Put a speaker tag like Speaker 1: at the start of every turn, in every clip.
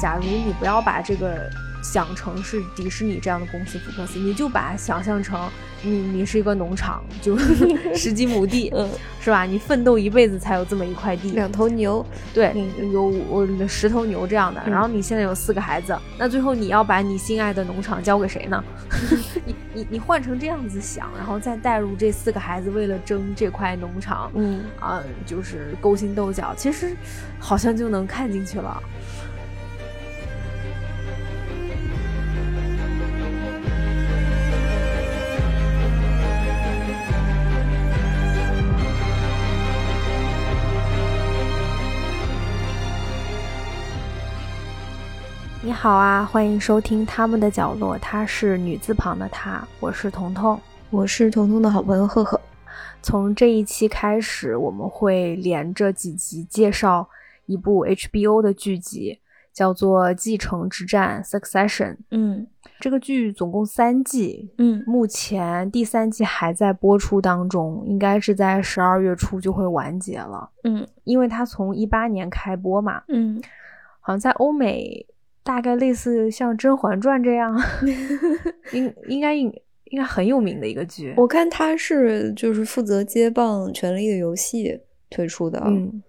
Speaker 1: 假如你不要把这个想成是迪士尼这样的公司福克斯，你就把它想象成你你是一个农场， 就十几亩地，
Speaker 2: 嗯，
Speaker 1: 是吧？你奋斗一辈子才有这么一块地，
Speaker 2: 两头牛，
Speaker 1: 对，
Speaker 2: 嗯
Speaker 1: 有我十头牛这样的。
Speaker 2: 嗯
Speaker 1: 然后你现在有四个孩子，那最后你要把你心爱的农场交给谁 呢？你你你换成这样子想，然后再带入这四个孩子为了争这块农场，
Speaker 2: 嗯，
Speaker 1: 啊、就是勾心斗角，其实好像就能看进去了。你好啊，欢迎收听《他们的角落》，她是女字旁的她，我是彤彤。
Speaker 2: 我是彤彤的好朋友赫赫，
Speaker 1: 从这一期开始，我们会连着几集介绍一部 HBO 的剧集，叫做《继承之战》（Succession）。
Speaker 2: 嗯
Speaker 1: 这个剧总共三季，
Speaker 2: 嗯
Speaker 1: 目前第三季还在播出当中，应该是在十二月初就会完结了。
Speaker 2: 嗯
Speaker 1: 因为它从一八年开播嘛，
Speaker 2: 嗯，
Speaker 1: 好像在欧美大概类似像《甄嬛传》这样， 应应该应应该很有名的一个剧。
Speaker 2: 我看他是就是负责接棒《权力的游戏》推出的，
Speaker 1: 嗯，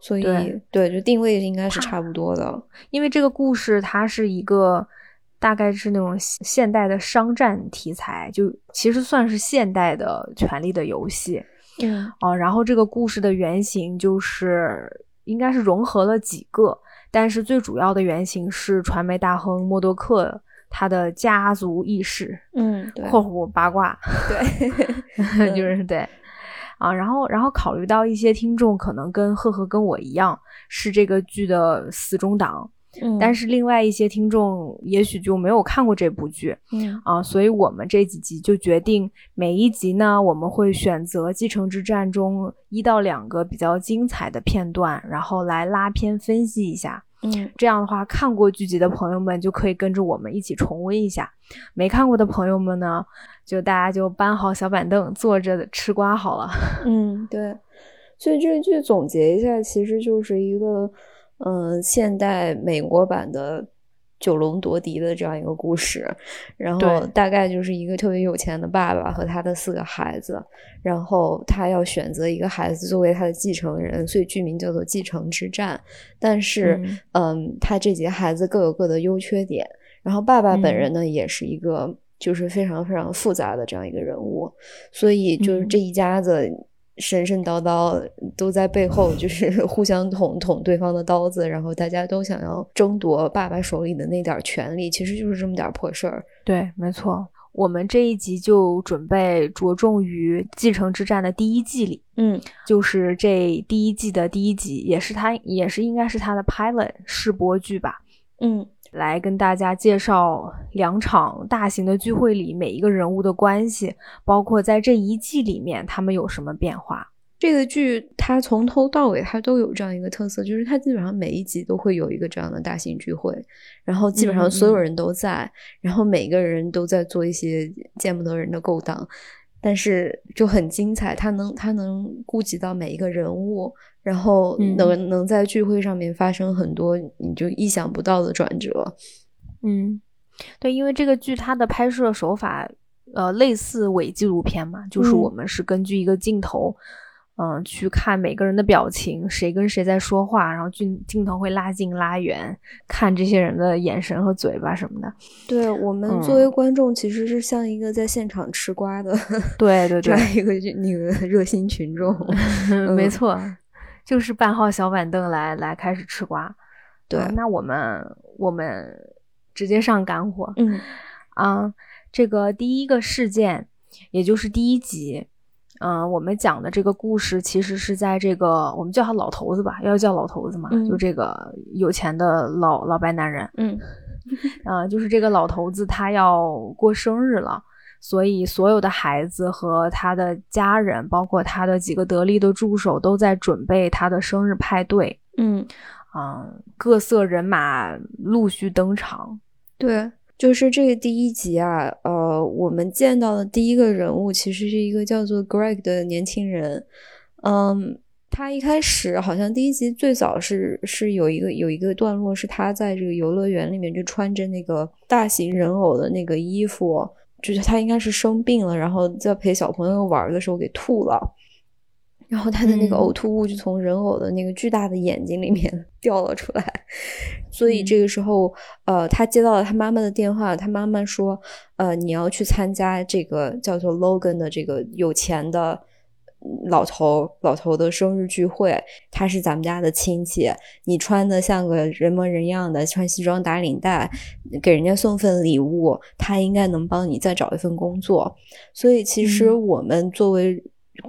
Speaker 2: 所以
Speaker 1: 对
Speaker 2: 对，就定位应该是差不多的，
Speaker 1: 因为这个故事它是一个大概是那种现现代的商战题材，就其实算是现代的《权力的游戏》
Speaker 2: 嗯
Speaker 1: 啊、然后这个故事的原型就是应该是融合了几个，但是最主要的原型是传媒大亨默多克他的家族轶事
Speaker 2: 嗯，
Speaker 1: （
Speaker 2: 对
Speaker 1: 括弧八卦）。
Speaker 2: 对，
Speaker 1: 就是对啊，然后然后考虑到一些听众可能跟赫赫跟我一样是这个剧的死忠党，但
Speaker 2: 是
Speaker 1: 是另外一些听众也许就没有看过这部剧
Speaker 2: 嗯
Speaker 1: 啊，所以我们这几集就决定每一集呢，我们会选择《继承之战》中一到两个比较精彩的片段，然后来拉片分析一下。
Speaker 2: 嗯
Speaker 1: 这样的话，看过剧集的朋友们就可以跟着我们一起重温一下；没看过的朋友们呢，就大家就搬好小板凳，坐着吃瓜好了。
Speaker 2: 嗯，对，所以这个剧总结一下，其实就是一个嗯、呃现代美国版的。九龙夺嫡的这样一个故事，然后
Speaker 1: 对
Speaker 2: 大概就是一个特别有钱的爸爸和他的四个孩子，然后他要选择一个孩子作为他的继承人，所以剧名叫做《继承之战》。但是，嗯他这几个孩子各有各的优缺点。然后爸爸本人呢，也是一个就是非常非常复杂的这样一个人物，所以就是
Speaker 1: 嗯
Speaker 2: 这一家子神神叨叨都在背后就是 互相捅捅对方的刀子，然后大家都想要争夺爸爸手里的那点儿权利，其实就是这么点儿破事儿。
Speaker 1: 对，没错。我们这一集就准备着重于《继承之战》的第一季里，
Speaker 2: 嗯
Speaker 1: 就是这第一季的第一集，也是它，也是应该是它的 pilot 试播剧吧，
Speaker 2: 嗯
Speaker 1: 来跟大家介绍两场大型的聚会里每一个人物的关系，包括在这一季里面他们有什么变化。
Speaker 2: 这个剧它从头到尾它都有这样一个特色，就是它基本上每一集都会有一个这样的大型聚会，然后基本上所有人都在，然后每个人都在做一些见不得人的勾当，但是就很精彩，它能它能顾及到每一个人物，然后
Speaker 1: 嗯
Speaker 2: 能、能在聚会上面发生很多你就意想不到的转折。
Speaker 1: 嗯，对，因为这个剧它的拍摄手法，呃，类似伪纪录片嘛，就是
Speaker 2: 嗯
Speaker 1: 我们是根据一个镜头，嗯、去看每个人的表情，谁跟谁在说话，然后镜镜头会拉近拉远，看这些人的眼神和嘴巴什么的。
Speaker 2: 对我们
Speaker 1: 嗯
Speaker 2: 作为观众，其实是像一个在现场吃瓜的
Speaker 1: 对 对
Speaker 2: 这
Speaker 1: 对，
Speaker 2: 样一个那个热心群众。
Speaker 1: 没
Speaker 2: 嗯
Speaker 1: 错，就是搬好小板凳来来开始吃瓜。
Speaker 2: 对
Speaker 1: 啊，那我们我们直接上干货。
Speaker 2: 嗯
Speaker 1: 啊，这个第一个事件，也就是第一集，嗯、我们讲的这个故事其实是在这个我们叫他老头子吧，要叫老头子嘛，
Speaker 2: 嗯
Speaker 1: 就这个有钱的老老白男人，
Speaker 2: 嗯。
Speaker 1: 啊，就是这个老头子他要过生日了。所以，所有的孩子和他的家人，包括他的几个得力的助手，都在准备他的生日派对。
Speaker 2: 嗯，
Speaker 1: 嗯，各色人马陆续登场。
Speaker 2: 对，就是这个第一集啊，呃，我们见到的第一个人物其实是一个叫做 Greg 的年轻人，嗯，他一开始好像第一集最早是是有一个有一个段落是他在这个游乐园里面就穿着那个大型人偶的那个衣服，就是他应该是生病了，然后在陪小朋友玩的时候给吐了，然后他的那个呕吐物就从人偶的那个巨大的眼睛里面掉了出来，所以这个时候呃他接到了他妈妈的电话，他妈妈说呃你要去参加这个叫做 Logan 的这个有钱的。老头老头的生日聚会，他是咱们家的亲戚。你穿的像个人模人样的，穿西装打领带，给人家送份礼物，他应该能帮你再找一份工作。所以，其实我们作为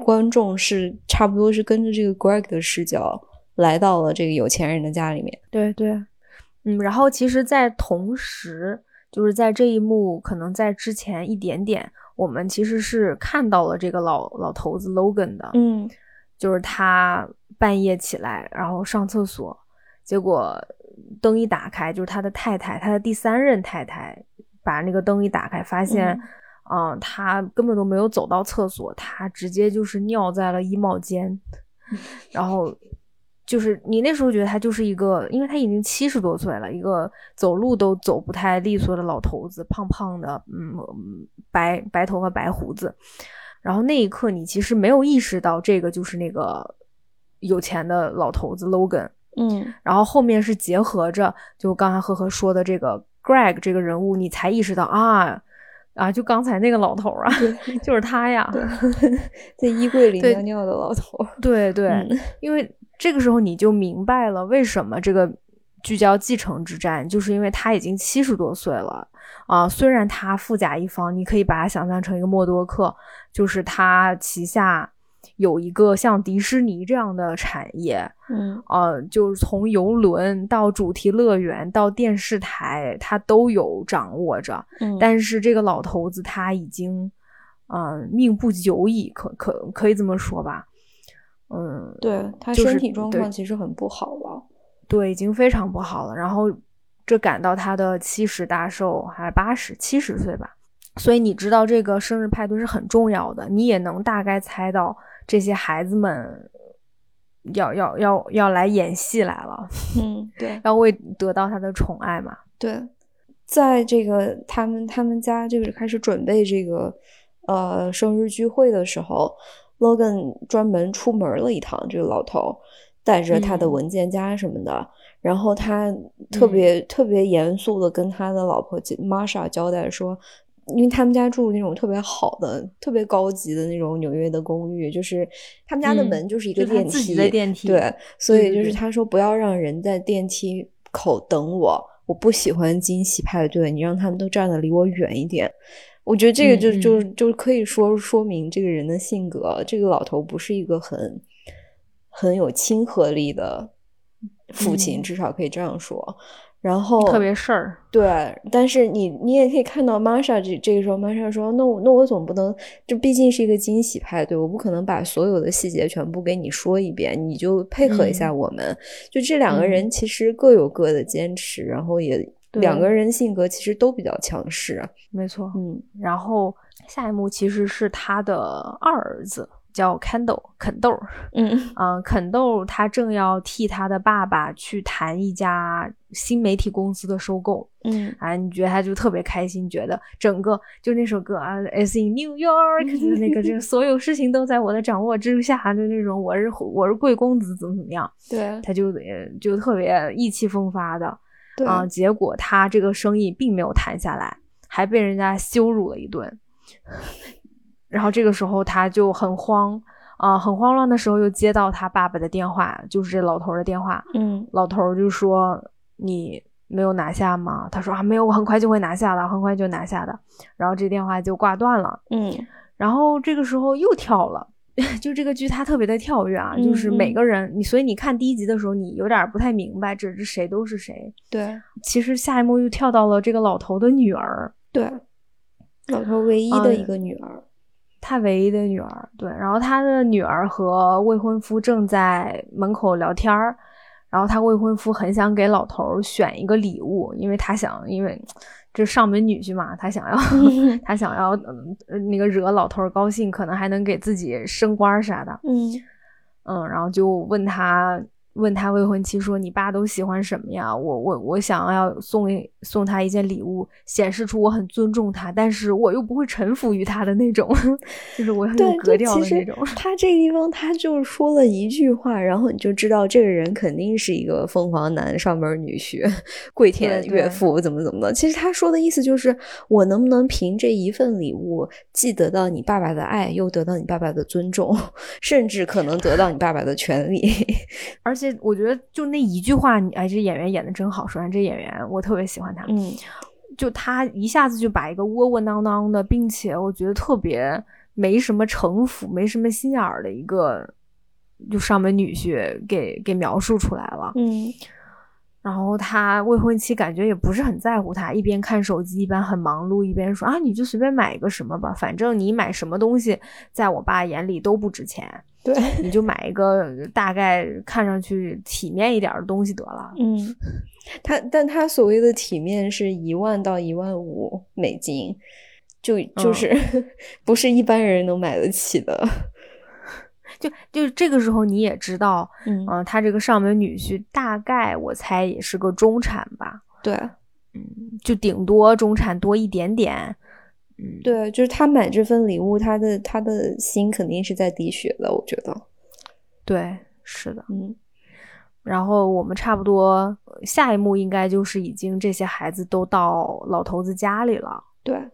Speaker 2: 观众是差不多是跟着这个 Greg 的视角来到了这个有钱人的家里面。
Speaker 1: 对对，嗯，然后其实，在同时，就是在这一幕，可能在之前一点点。我们其实是看到了这个老老头子 Logan 的，
Speaker 2: 嗯，
Speaker 1: 就是他半夜起来，然后上厕所，结果灯一打开，就是他的太太，他的第三任太太，把那个灯一打开，发现，嗯、呃，他根本都没有走到厕所，他直接就是尿在了衣帽间，然后就是你那时候觉得他就是一个，因为他已经七十多岁了，一个走路都走不太利索的老头子，胖胖的，嗯。白白头发白胡子，然后那一刻你其实没有意识到这个就是那个有钱的老头子 Logan，
Speaker 2: 嗯，
Speaker 1: 然后后面是结合着就刚才呵呵说的这个 Greg 这个人物，你才意识到啊啊，就刚才那个老头啊， 就是他呀，
Speaker 2: 在衣柜里尿尿的老头，
Speaker 1: 对对，对嗯、因为这个时候你就明白了为什么这个。聚焦继承之战，就是因为他已经七十多岁了啊、呃。虽然他富甲一方，你可以把他想象成一个默多克，就是他旗下有一个像迪士尼这样的产业，
Speaker 2: 嗯，
Speaker 1: 呃，就是从游轮到主题乐园到电视台，他都有掌握着。
Speaker 2: 嗯，
Speaker 1: 但是这个老头子他已经，嗯、呃，命不久矣，可可可以这么说吧？嗯，
Speaker 2: 对他身体状况其实很不好啊了。
Speaker 1: 对，已经非常不好了。然后，这赶到他的七十大寿，还八十七十岁吧。所以你知道这个生日派对是很重要的，你也能大概猜到这些孩子们要要要要来演戏来了。
Speaker 2: 嗯，对，
Speaker 1: 要为得到他的宠爱嘛。
Speaker 2: 对，在这个他们他们家就是开始准备这个呃生日聚会的时候，Logan 专门出门了一趟，这个老头。带着他的文件夹什么的，
Speaker 1: 嗯、
Speaker 2: 然后他特别、嗯嗯、特别严肃的跟他的老婆 Marsha 交代说，因为他们家住那种特别好的、特别高级的那种纽约的公寓，就是他们家的门就是一个电梯，嗯、
Speaker 1: 自己的电梯，
Speaker 2: 对，所以就是他说不要让人在电梯口等我，我不喜欢惊喜派对，你让他们都站的离我远一点。我觉得这个就就就可以说说明这个人的性格，这个老头不是一个很。很有亲和力的父亲，
Speaker 1: 嗯、
Speaker 2: 至少可以这样说。然后
Speaker 1: 特别事儿，
Speaker 2: 对。但是你你也可以看到，Masha 这这个时候，Masha 说：“那我那我总不能，这毕竟是一个惊喜派对，我不可能把所有的细节全部给你说一遍，你就配合一下我们。
Speaker 1: 嗯”
Speaker 2: 就这两个人其实各有各的坚持，
Speaker 1: 嗯、
Speaker 2: 然后也两个人性格其实都比较强势。
Speaker 1: 没错，
Speaker 2: 嗯。
Speaker 1: 然后下一幕其实是他的二儿子。叫 Candle 肯豆，
Speaker 2: 嗯
Speaker 1: 嗯、呃，肯豆他正要替他的爸爸去谈一家新媒体公司的收购，
Speaker 2: 嗯
Speaker 1: 啊，你觉得他就特别开心，觉得整个就那首歌啊，It's in New York，就是那个，就是所有事情都在我的掌握之下，就那种我是我是贵公子，怎么怎么样，
Speaker 2: 对，
Speaker 1: 他就呃就特别意气风发的，
Speaker 2: 对
Speaker 1: 啊、呃，结果他这个生意并没有谈下来，还被人家羞辱了一顿。 然后这个时候他就很慌啊、呃，很慌乱的时候又接到他爸爸的电话，就是这老头的电话。
Speaker 2: 嗯，
Speaker 1: 老头就说：“你没有拿下吗？”他说：“啊，没有，我很快就会拿下的，很快就拿下的。”然后这电话就挂断了。
Speaker 2: 嗯，
Speaker 1: 然后这个时候又跳了， 就这个剧它特别的跳跃啊，
Speaker 2: 嗯、
Speaker 1: 就是每个人你，所以你看第一集的时候，你有点不太明白这这谁都是谁。
Speaker 2: 对，
Speaker 1: 其实下一幕又跳到了这个老头的女儿。
Speaker 2: 对，老头唯一的一个女儿。嗯
Speaker 1: 他唯一的女儿，对，然后他的女儿和未婚夫正在门口聊天儿，然后他未婚夫很想给老头选一个礼物，因为他想，因为这上门女婿嘛，他想要， 他想要、嗯、那个惹老头高兴，可能还能给自己升官啥的，
Speaker 2: 嗯，
Speaker 1: 嗯，然后就问他问他未婚妻说：“你爸都喜欢什么呀？我我我想要送送他一件礼物，显示出我很尊重他，但是我又不会臣服于他的那种， 就是我很有格调的那种。”
Speaker 2: 他这个地方他就说了一句话，然后你就知道这个人肯定是一个疯狂男、上门女婿、跪舔岳父，怎么怎么的。其实他说的意思就是，我能不能凭这一份礼物，既得到你爸爸的爱，又得到你爸爸的尊重，甚至可能得到你爸爸的权利。
Speaker 1: 而且我觉得，就那一句话，你哎，这演员演的真好。首先，这演员我特别喜欢他，
Speaker 2: 嗯，
Speaker 1: 就他一下子就把一个窝窝囊囊的，并且我觉得特别没什么城府、没什么心眼儿的一个，就上门女婿给给描述出来了，
Speaker 2: 嗯。
Speaker 1: 然后他未婚妻感觉也不是很在乎他，一边看手机，一边很忙碌，一边说啊，你就随便买一个什么吧，反正你买什么东西，在我爸眼里都不值钱。
Speaker 2: 对，
Speaker 1: 你就买一个大概看上去体面一点的东西得了。
Speaker 2: 嗯，他但他所谓的体面是一万到一万五美金，就就是、 嗯、不是一般人能买得起的。
Speaker 1: 就就这个时候你也知道，
Speaker 2: 嗯、
Speaker 1: 呃，他这个上门女婿大概我猜也是个中产吧。
Speaker 2: 对，啊
Speaker 1: 嗯，就顶多中产多一点点。嗯
Speaker 2: 对，就是他买这份礼物，他的他的心肯定是在滴血的，我觉得。
Speaker 1: 对，是的，
Speaker 2: 嗯。
Speaker 1: 然后我们差不多呃下一幕应该就是已经这些孩子都到老头子家里了。
Speaker 2: 对，啊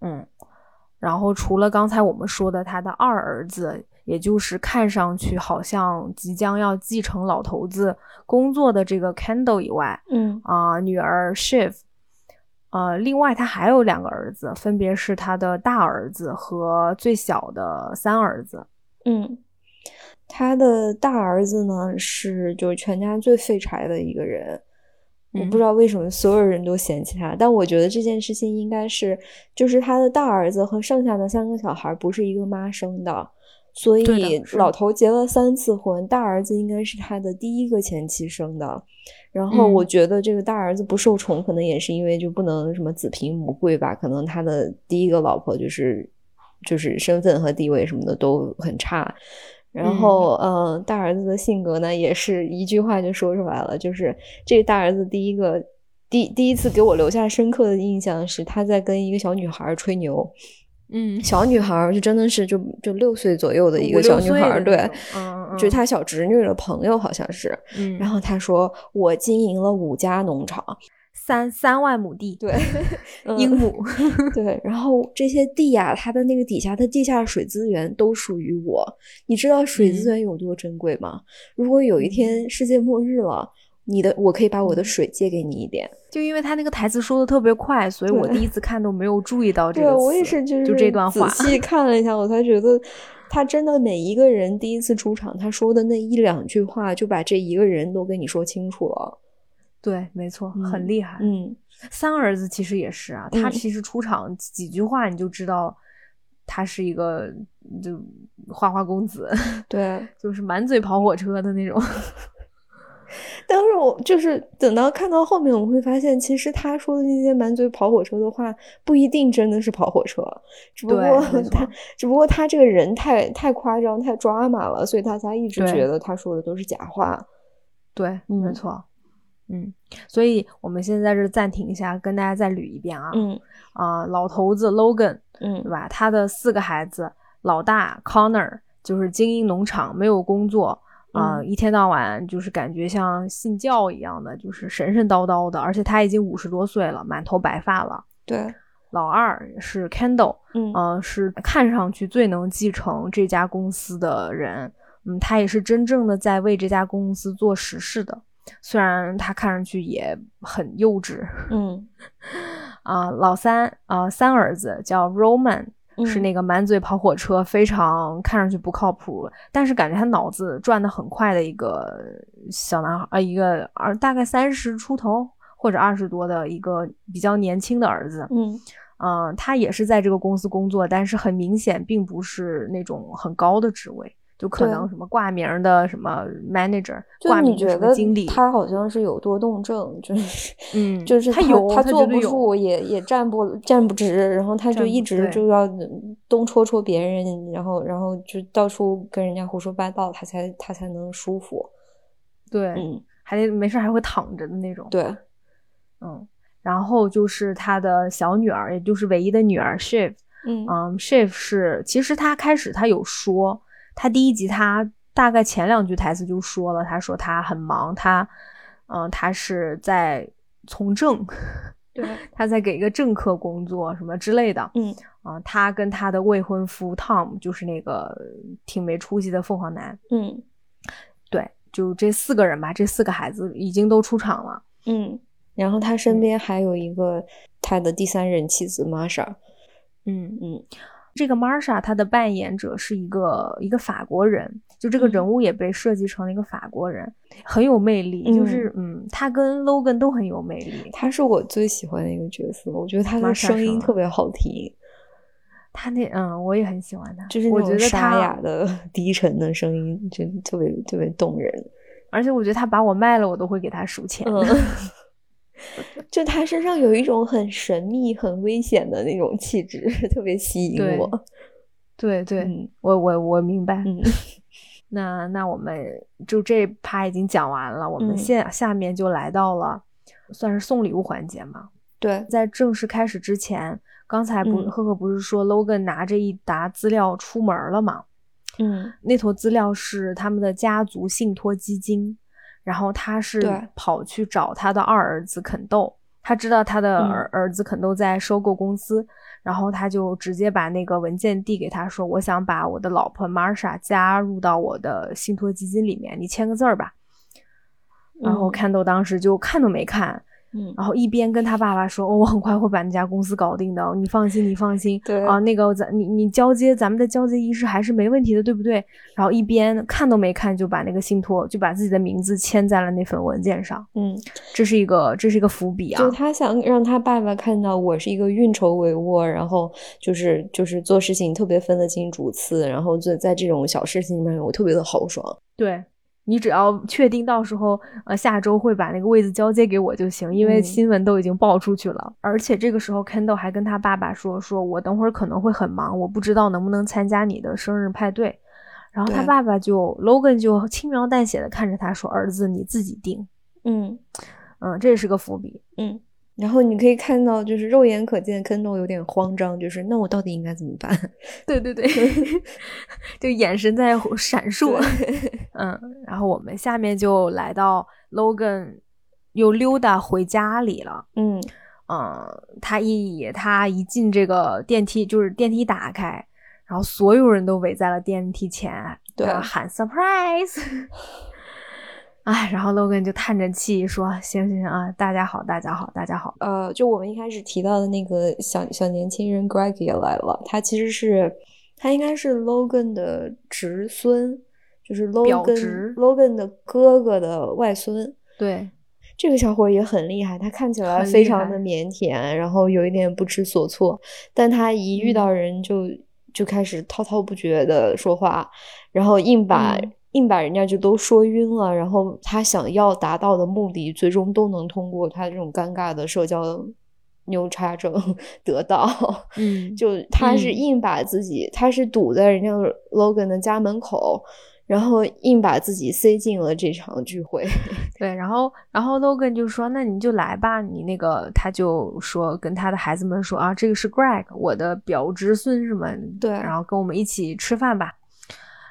Speaker 1: 嗯。然后除了刚才我们说的他的二儿子，也就是看上去好像即将要继承老头子工作的这个 Kendall 以外，
Speaker 2: 嗯
Speaker 1: 啊、呃，女儿 Shiv。呃，另外他还有两个儿子，分别是他的大儿子和最小的三儿子。
Speaker 2: 嗯，他的大儿子呢是就是全家最废柴的一个人，
Speaker 1: 嗯、
Speaker 2: 我不知道为什么所有人都嫌弃他，但我觉得这件事情应该是就是他的大儿子和剩下的三个小孩不是一个妈生的，所以老头结了三次婚，大儿子应该是他的第一个前妻生的。然后我觉得这个大儿子不受宠，可能也是因为就不能什么子凭母贵吧，可能他的第一个老婆就是就是身份和地位什么的都很差。然后，嗯、呃，大儿子的性格呢，也是一句话就说出来了，就是这个大儿子第一个第第一次给我留下深刻的印象是他在跟一个小女孩吹牛。
Speaker 1: 嗯，
Speaker 2: 小女孩就真的是就就六岁左右的一个小女孩，对，
Speaker 1: 嗯嗯，
Speaker 2: 就她小侄女的朋友好像是，
Speaker 1: 嗯，
Speaker 2: 然后她说我经营了五家农场，
Speaker 1: 三三万亩地，
Speaker 2: 对， 嗯
Speaker 1: 英 亩，
Speaker 2: 对，然后这些地呀、啊，它的那个底下的地下水资源都属于我，你知道水资源有多珍贵吗？嗯、如果有一天世界末日了。你的我可以把我的水借给你一点，
Speaker 1: 就因为他那个台词说的特别快，所以我第一次看都没有注意 到这个
Speaker 2: 对我也是，
Speaker 1: 就是就这段话
Speaker 2: 仔细看了一下，我才觉得他真的每一个人第一次出场，他说的那一两句话就把这一个人都跟你说清楚了。
Speaker 1: 对，没错，嗯、很厉害。
Speaker 2: 嗯，
Speaker 1: 三儿子其实也是啊，他其实出场几句话你就知道。他是一个就花花公子，
Speaker 2: 对，
Speaker 1: 就是满嘴跑火车的那种。
Speaker 2: 但是我就是等到看到后面，我会发现，其实他说的那些满嘴跑火车的话，不一定真的是跑火车，只不过他，只不过他这个人太太夸张、太抓马了，所以大家一直觉得他说的都是假话。
Speaker 1: 对，没错，嗯，所以我们现在这暂停一下，跟大家再捋一遍啊，
Speaker 2: 嗯
Speaker 1: 啊、呃，老头子 Logan，
Speaker 2: 嗯，
Speaker 1: 对吧？他的四个孩子，老大 Connor 就是经营农场，没有工作。啊、呃，一天到晚就是感觉像信教一样的，就是神神叨叨的，而且他已经五十多岁了，满头白发了。
Speaker 2: 对，
Speaker 1: 老二是 Kendall，
Speaker 2: 嗯、
Speaker 1: 呃，是看上去最能继承这家公司的人，嗯，他也是真正的在为这家公司做实事的，虽然他看上去也很幼稚。
Speaker 2: 嗯，
Speaker 1: 啊、呃，老三啊，三儿子叫 Roman。是
Speaker 2: 嗯
Speaker 1: 那个满嘴跑火车，非常看上去不靠谱，但是感觉他脑子转的很快的一个小男孩，呃，一个二大概三十出头或者二十多的一个比较年轻的儿子。
Speaker 2: 嗯，
Speaker 1: 嗯、呃，他也是在这个公司工作，但是很明显并不是那种很高的职位，就可能什么挂名的什么 manager，
Speaker 2: 就
Speaker 1: 挂
Speaker 2: 你
Speaker 1: 名的
Speaker 2: 觉
Speaker 1: 什么
Speaker 2: 得
Speaker 1: 经理，
Speaker 2: 他好像是有多动症，就是
Speaker 1: 嗯，
Speaker 2: 就是
Speaker 1: 他
Speaker 2: 他
Speaker 1: 有
Speaker 2: 他
Speaker 1: 他
Speaker 2: 坐
Speaker 1: 绝对
Speaker 2: 不
Speaker 1: 有
Speaker 2: 住，也也站不站不直，然后他就
Speaker 1: 站
Speaker 2: 一
Speaker 1: 不
Speaker 2: 直
Speaker 1: 对
Speaker 2: 就要东戳戳别人，然后然后就到处跟人家胡说八道，他才他才能舒服。
Speaker 1: 对，
Speaker 2: 嗯，
Speaker 1: 还得没事还会躺着的那种，
Speaker 2: 对，
Speaker 1: 嗯。然后就是他的小女儿，也就是唯一的女儿 Shiv，
Speaker 2: 嗯
Speaker 1: 嗯，Shiv 是，其实他开始他有说，他第一集他大概前两句台词就说了，他说他很忙，他，嗯，他是在从政，
Speaker 2: 对，
Speaker 1: 他在给一个政客工作什么之类的，
Speaker 2: 嗯
Speaker 1: 啊、他跟他的未婚夫 Tom 就是那个挺没出息的凤凰男，
Speaker 2: 嗯
Speaker 1: 对，就这四个人吧，这四个孩子已经都出场了，
Speaker 2: 嗯，然后他
Speaker 1: 嗯
Speaker 2: 身边还有一个他的第三任妻子玛莎，
Speaker 1: 嗯
Speaker 2: 嗯，
Speaker 1: 这个 Marsha 她的扮演者是一个一个法国人，就这个
Speaker 2: 嗯
Speaker 1: 人物也被设计成了一个法国人，很有魅力，就是嗯，他跟 Logan 都很有魅力，
Speaker 2: 他是我最喜欢的一个角色，我觉得他
Speaker 1: 玛
Speaker 2: 的
Speaker 1: 莎
Speaker 2: 声
Speaker 1: 是
Speaker 2: 音
Speaker 1: 吗
Speaker 2: 特别好听，
Speaker 1: 他那嗯，我也很喜欢他，
Speaker 2: 就是
Speaker 1: 我
Speaker 2: 那
Speaker 1: 觉
Speaker 2: 种
Speaker 1: 得
Speaker 2: 沙
Speaker 1: 他
Speaker 2: 哑，的、 低沉的声音，真的特别特别动人。
Speaker 1: 而且我觉得他把我卖了，我都会给他数钱，
Speaker 2: 嗯， 就他身上有一种很神秘、很危险的那种气质，特别吸引
Speaker 1: 对
Speaker 2: 我。
Speaker 1: 对对，
Speaker 2: 嗯
Speaker 1: 我我我明白，
Speaker 2: 嗯，
Speaker 1: 那那我们就这趴已经讲完了，我们
Speaker 2: 嗯
Speaker 1: 现下面就来到了算是送礼物环节嘛。
Speaker 2: 对，
Speaker 1: 在正式开始之前，刚才不
Speaker 2: 嗯
Speaker 1: 赫赫不是说 Logan 拿着一沓资料出门了嘛？
Speaker 2: 嗯
Speaker 1: 那坨资料是他们的家族信托基金，然后他是
Speaker 2: 对
Speaker 1: 跑去找他的二儿子肯豆，他知道他的
Speaker 2: 嗯
Speaker 1: 儿、儿子肯豆在收购公司，然后他就直接把那个文件递给他说：“我想把我的老婆 Marsha 加入到我的信托基金里面，你签个字儿吧。”然后
Speaker 2: 嗯
Speaker 1: 看豆当时就看都没看，
Speaker 2: 嗯，
Speaker 1: 然后一边跟他爸爸说：“哦，我很快会把那家公司搞定的，哦你放心，你放心。”
Speaker 2: 对
Speaker 1: 啊，那个咱你你交接咱们的交接仪式还是没问题的，对不对？然后一边看都没看就把那个信托就把自己的名字签在了那份文件上，
Speaker 2: 嗯，
Speaker 1: 这是一个这是一个伏笔啊
Speaker 2: 就。他想让他爸爸看到我是一个运筹帷幄，然后就是就是做事情特别分得清主次，然后在在这种小事情上面我特别的豪爽。
Speaker 1: 对你只要确定到时候呃下周会把那个位子交接给我就行，因为
Speaker 2: 嗯
Speaker 1: 新闻都已经爆出去了。而且这个时候，Kendall 还跟他爸爸说：“说我等会儿可能会很忙，我不知道能不能参加你的生日派对。”然后他
Speaker 2: 对
Speaker 1: 爸爸就 Logan 就轻描淡写的看着他说：“儿子，你自己定。
Speaker 2: 嗯”
Speaker 1: 嗯，这是个伏笔。
Speaker 2: 嗯。然后你可以看到，就是肉眼可见，肯豆有点慌张，就是那我到底应该怎么办？
Speaker 1: 对对对， 就眼神在闪烁。嗯，然后我们下面就来到 Logan 又溜达回家里了。
Speaker 2: 嗯
Speaker 1: 嗯，他一他一进这个电梯，就是电梯打开，然后所有人都围在了电梯前，
Speaker 2: 对
Speaker 1: 然后喊 surprise。哎，然后 Logan 就叹着气说：“行行行啊，大家好，大家好，大家好。
Speaker 2: 呃，就我们一开始提到的那个小小年轻人 Greg 也来了，他其实是他应该是 Logan 的侄孙，就是
Speaker 1: 表侄
Speaker 2: Logan Logan 的哥哥的外孙。”
Speaker 1: 对，
Speaker 2: 这个小伙儿也很厉害，他看起来
Speaker 1: 很
Speaker 2: 非
Speaker 1: 厉
Speaker 2: 常
Speaker 1: 害
Speaker 2: 的腼腆，然后有一点不知所措，但他一
Speaker 1: 嗯
Speaker 2: 遇到人就、就开始滔滔不绝的说话，然后硬把、
Speaker 1: 嗯
Speaker 2: 硬把人家就都说晕了，然后他想要达到的目的，最终都能通过他这种尴尬的社交牛叉症 得到。
Speaker 1: 嗯
Speaker 2: 就他是
Speaker 1: 嗯
Speaker 2: 硬把自己，他是堵在人家 Logan 的家门口，然后硬把自己塞进了这场聚会。
Speaker 1: 对，然后然后 Logan 就说：“那你就来吧，你那个他就说跟他的孩子们说啊，这个是 Greg，我的表侄孙是吗？
Speaker 2: 对
Speaker 1: 然后跟我们一起吃饭吧。”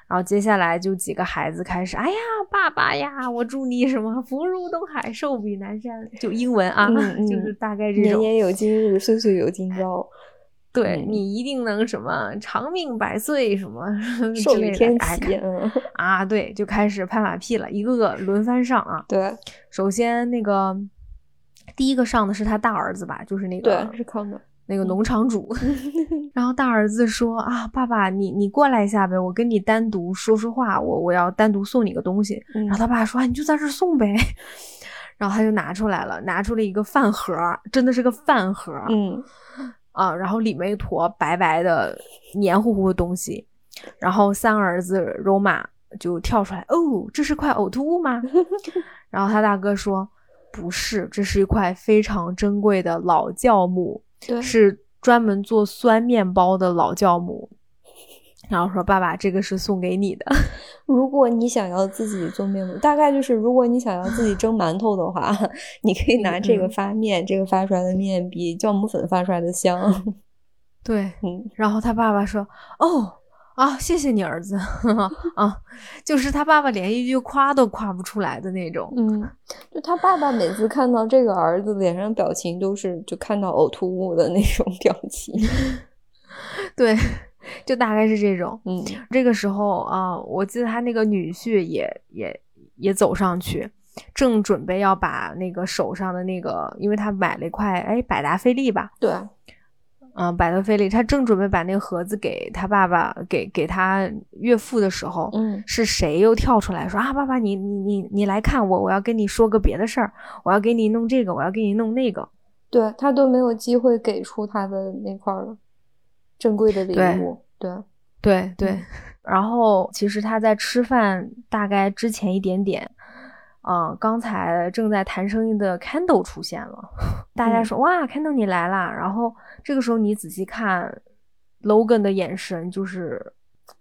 Speaker 1: 然后接下来就几个孩子开始，哎呀，爸爸呀，我祝你什么福如东海，寿比南山，就英文啊，
Speaker 2: 嗯
Speaker 1: 就是
Speaker 2: 嗯
Speaker 1: 大概这
Speaker 2: 年
Speaker 1: 种。
Speaker 2: 年有今日，岁岁有今朝，
Speaker 1: 对、
Speaker 2: 嗯
Speaker 1: 你一定能什么长命百岁什么之
Speaker 2: 寿
Speaker 1: 类
Speaker 2: 比
Speaker 1: 的
Speaker 2: 天
Speaker 1: 哎
Speaker 2: 齐。嗯，
Speaker 1: 啊，对，就开始拍马屁了，一个个轮番上啊。
Speaker 2: 对
Speaker 1: 首先那个第一个上的是他大儿子吧，就是那个
Speaker 2: 对，是康的。嗯
Speaker 1: 那个农场 主。然后大儿子说啊，爸爸，你你过来一下呗，我跟你单独说说话，我我要单独送你个东西。
Speaker 2: 嗯
Speaker 1: 然后他爸说、啊、你就在这儿送呗。然后他就拿出来了，拿出了一个饭盒儿，真的是个饭盒儿、
Speaker 2: 嗯
Speaker 1: 啊，然后里面一坨白白的黏糊糊的东西。然后三儿子罗马就跳出来，哦，这是块呕吐物吗？ 然后他大哥说不是，这是一块非常珍贵的老酵母，
Speaker 2: 对
Speaker 1: 是专门做酸面包的老酵母。然后说爸爸，这个是送给你的。
Speaker 2: 如果你想要自己做面包，大概就是如果你想要自己蒸馒头的话，你可以拿这
Speaker 1: 嗯
Speaker 2: 个发面，这个发出来的面比酵母粉发出来的香。
Speaker 1: 对，
Speaker 2: 嗯，
Speaker 1: 然后他爸爸说：“哦啊，谢谢你儿子 啊！”就是他爸爸连一句夸都夸不出来的那种。
Speaker 2: 嗯， 就他爸爸每次看到这个儿子脸上表情都是就看到呕吐物的那种表情。
Speaker 1: 对， 就大概是这种。
Speaker 2: 嗯
Speaker 1: 这个时候啊、我记得他那个女婿也也也走上去，正准备要把那个手上的那个，因为他买了一块哎百达翡丽吧，，
Speaker 2: 对，
Speaker 1: 嗯、百达翡丽，他正准备把那个盒子给他爸爸给给他岳父的时候，
Speaker 2: 嗯
Speaker 1: 是谁又跳出来说啊，爸爸，你你你你来看我，我要跟你说个别的事儿，我要给你弄这个，我要给你弄那个。
Speaker 2: 对他都没有机会给出他的那块儿珍贵的礼
Speaker 1: 对
Speaker 2: 物。对，
Speaker 1: 对
Speaker 2: 对，
Speaker 1: 然后其实他在吃饭大概之前一点点，嗯、刚才正在谈生意的 Candle 出现了，大家说、哇，Candle 你来啦！然后这个时候你仔细看 Logan 的眼神，就是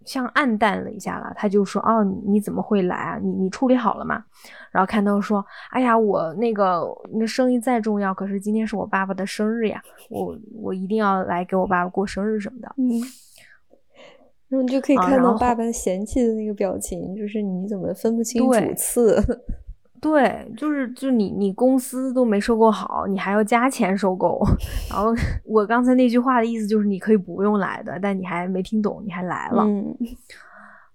Speaker 1: 像暗淡了一下了，他就说哦，你你怎么会来啊？你你处理好了吗？然后 Candle 说，哎呀，我那个那生意再重要，可是今天是我爸爸的生日呀，我我一定要来给我爸爸过生日什么的。
Speaker 2: 嗯，然后你就可以
Speaker 1: 啊
Speaker 2: 看
Speaker 1: 然
Speaker 2: 到
Speaker 1: 后
Speaker 2: 爸爸嫌弃的那个表情，就是你怎么分不清主
Speaker 1: 对
Speaker 2: 次？
Speaker 1: 对，就是就你你公司都没收购好，你还要加钱收购。然后 我刚才那句话的意思就是你可以不用来的，但你还没听懂，你还来了
Speaker 2: 嗯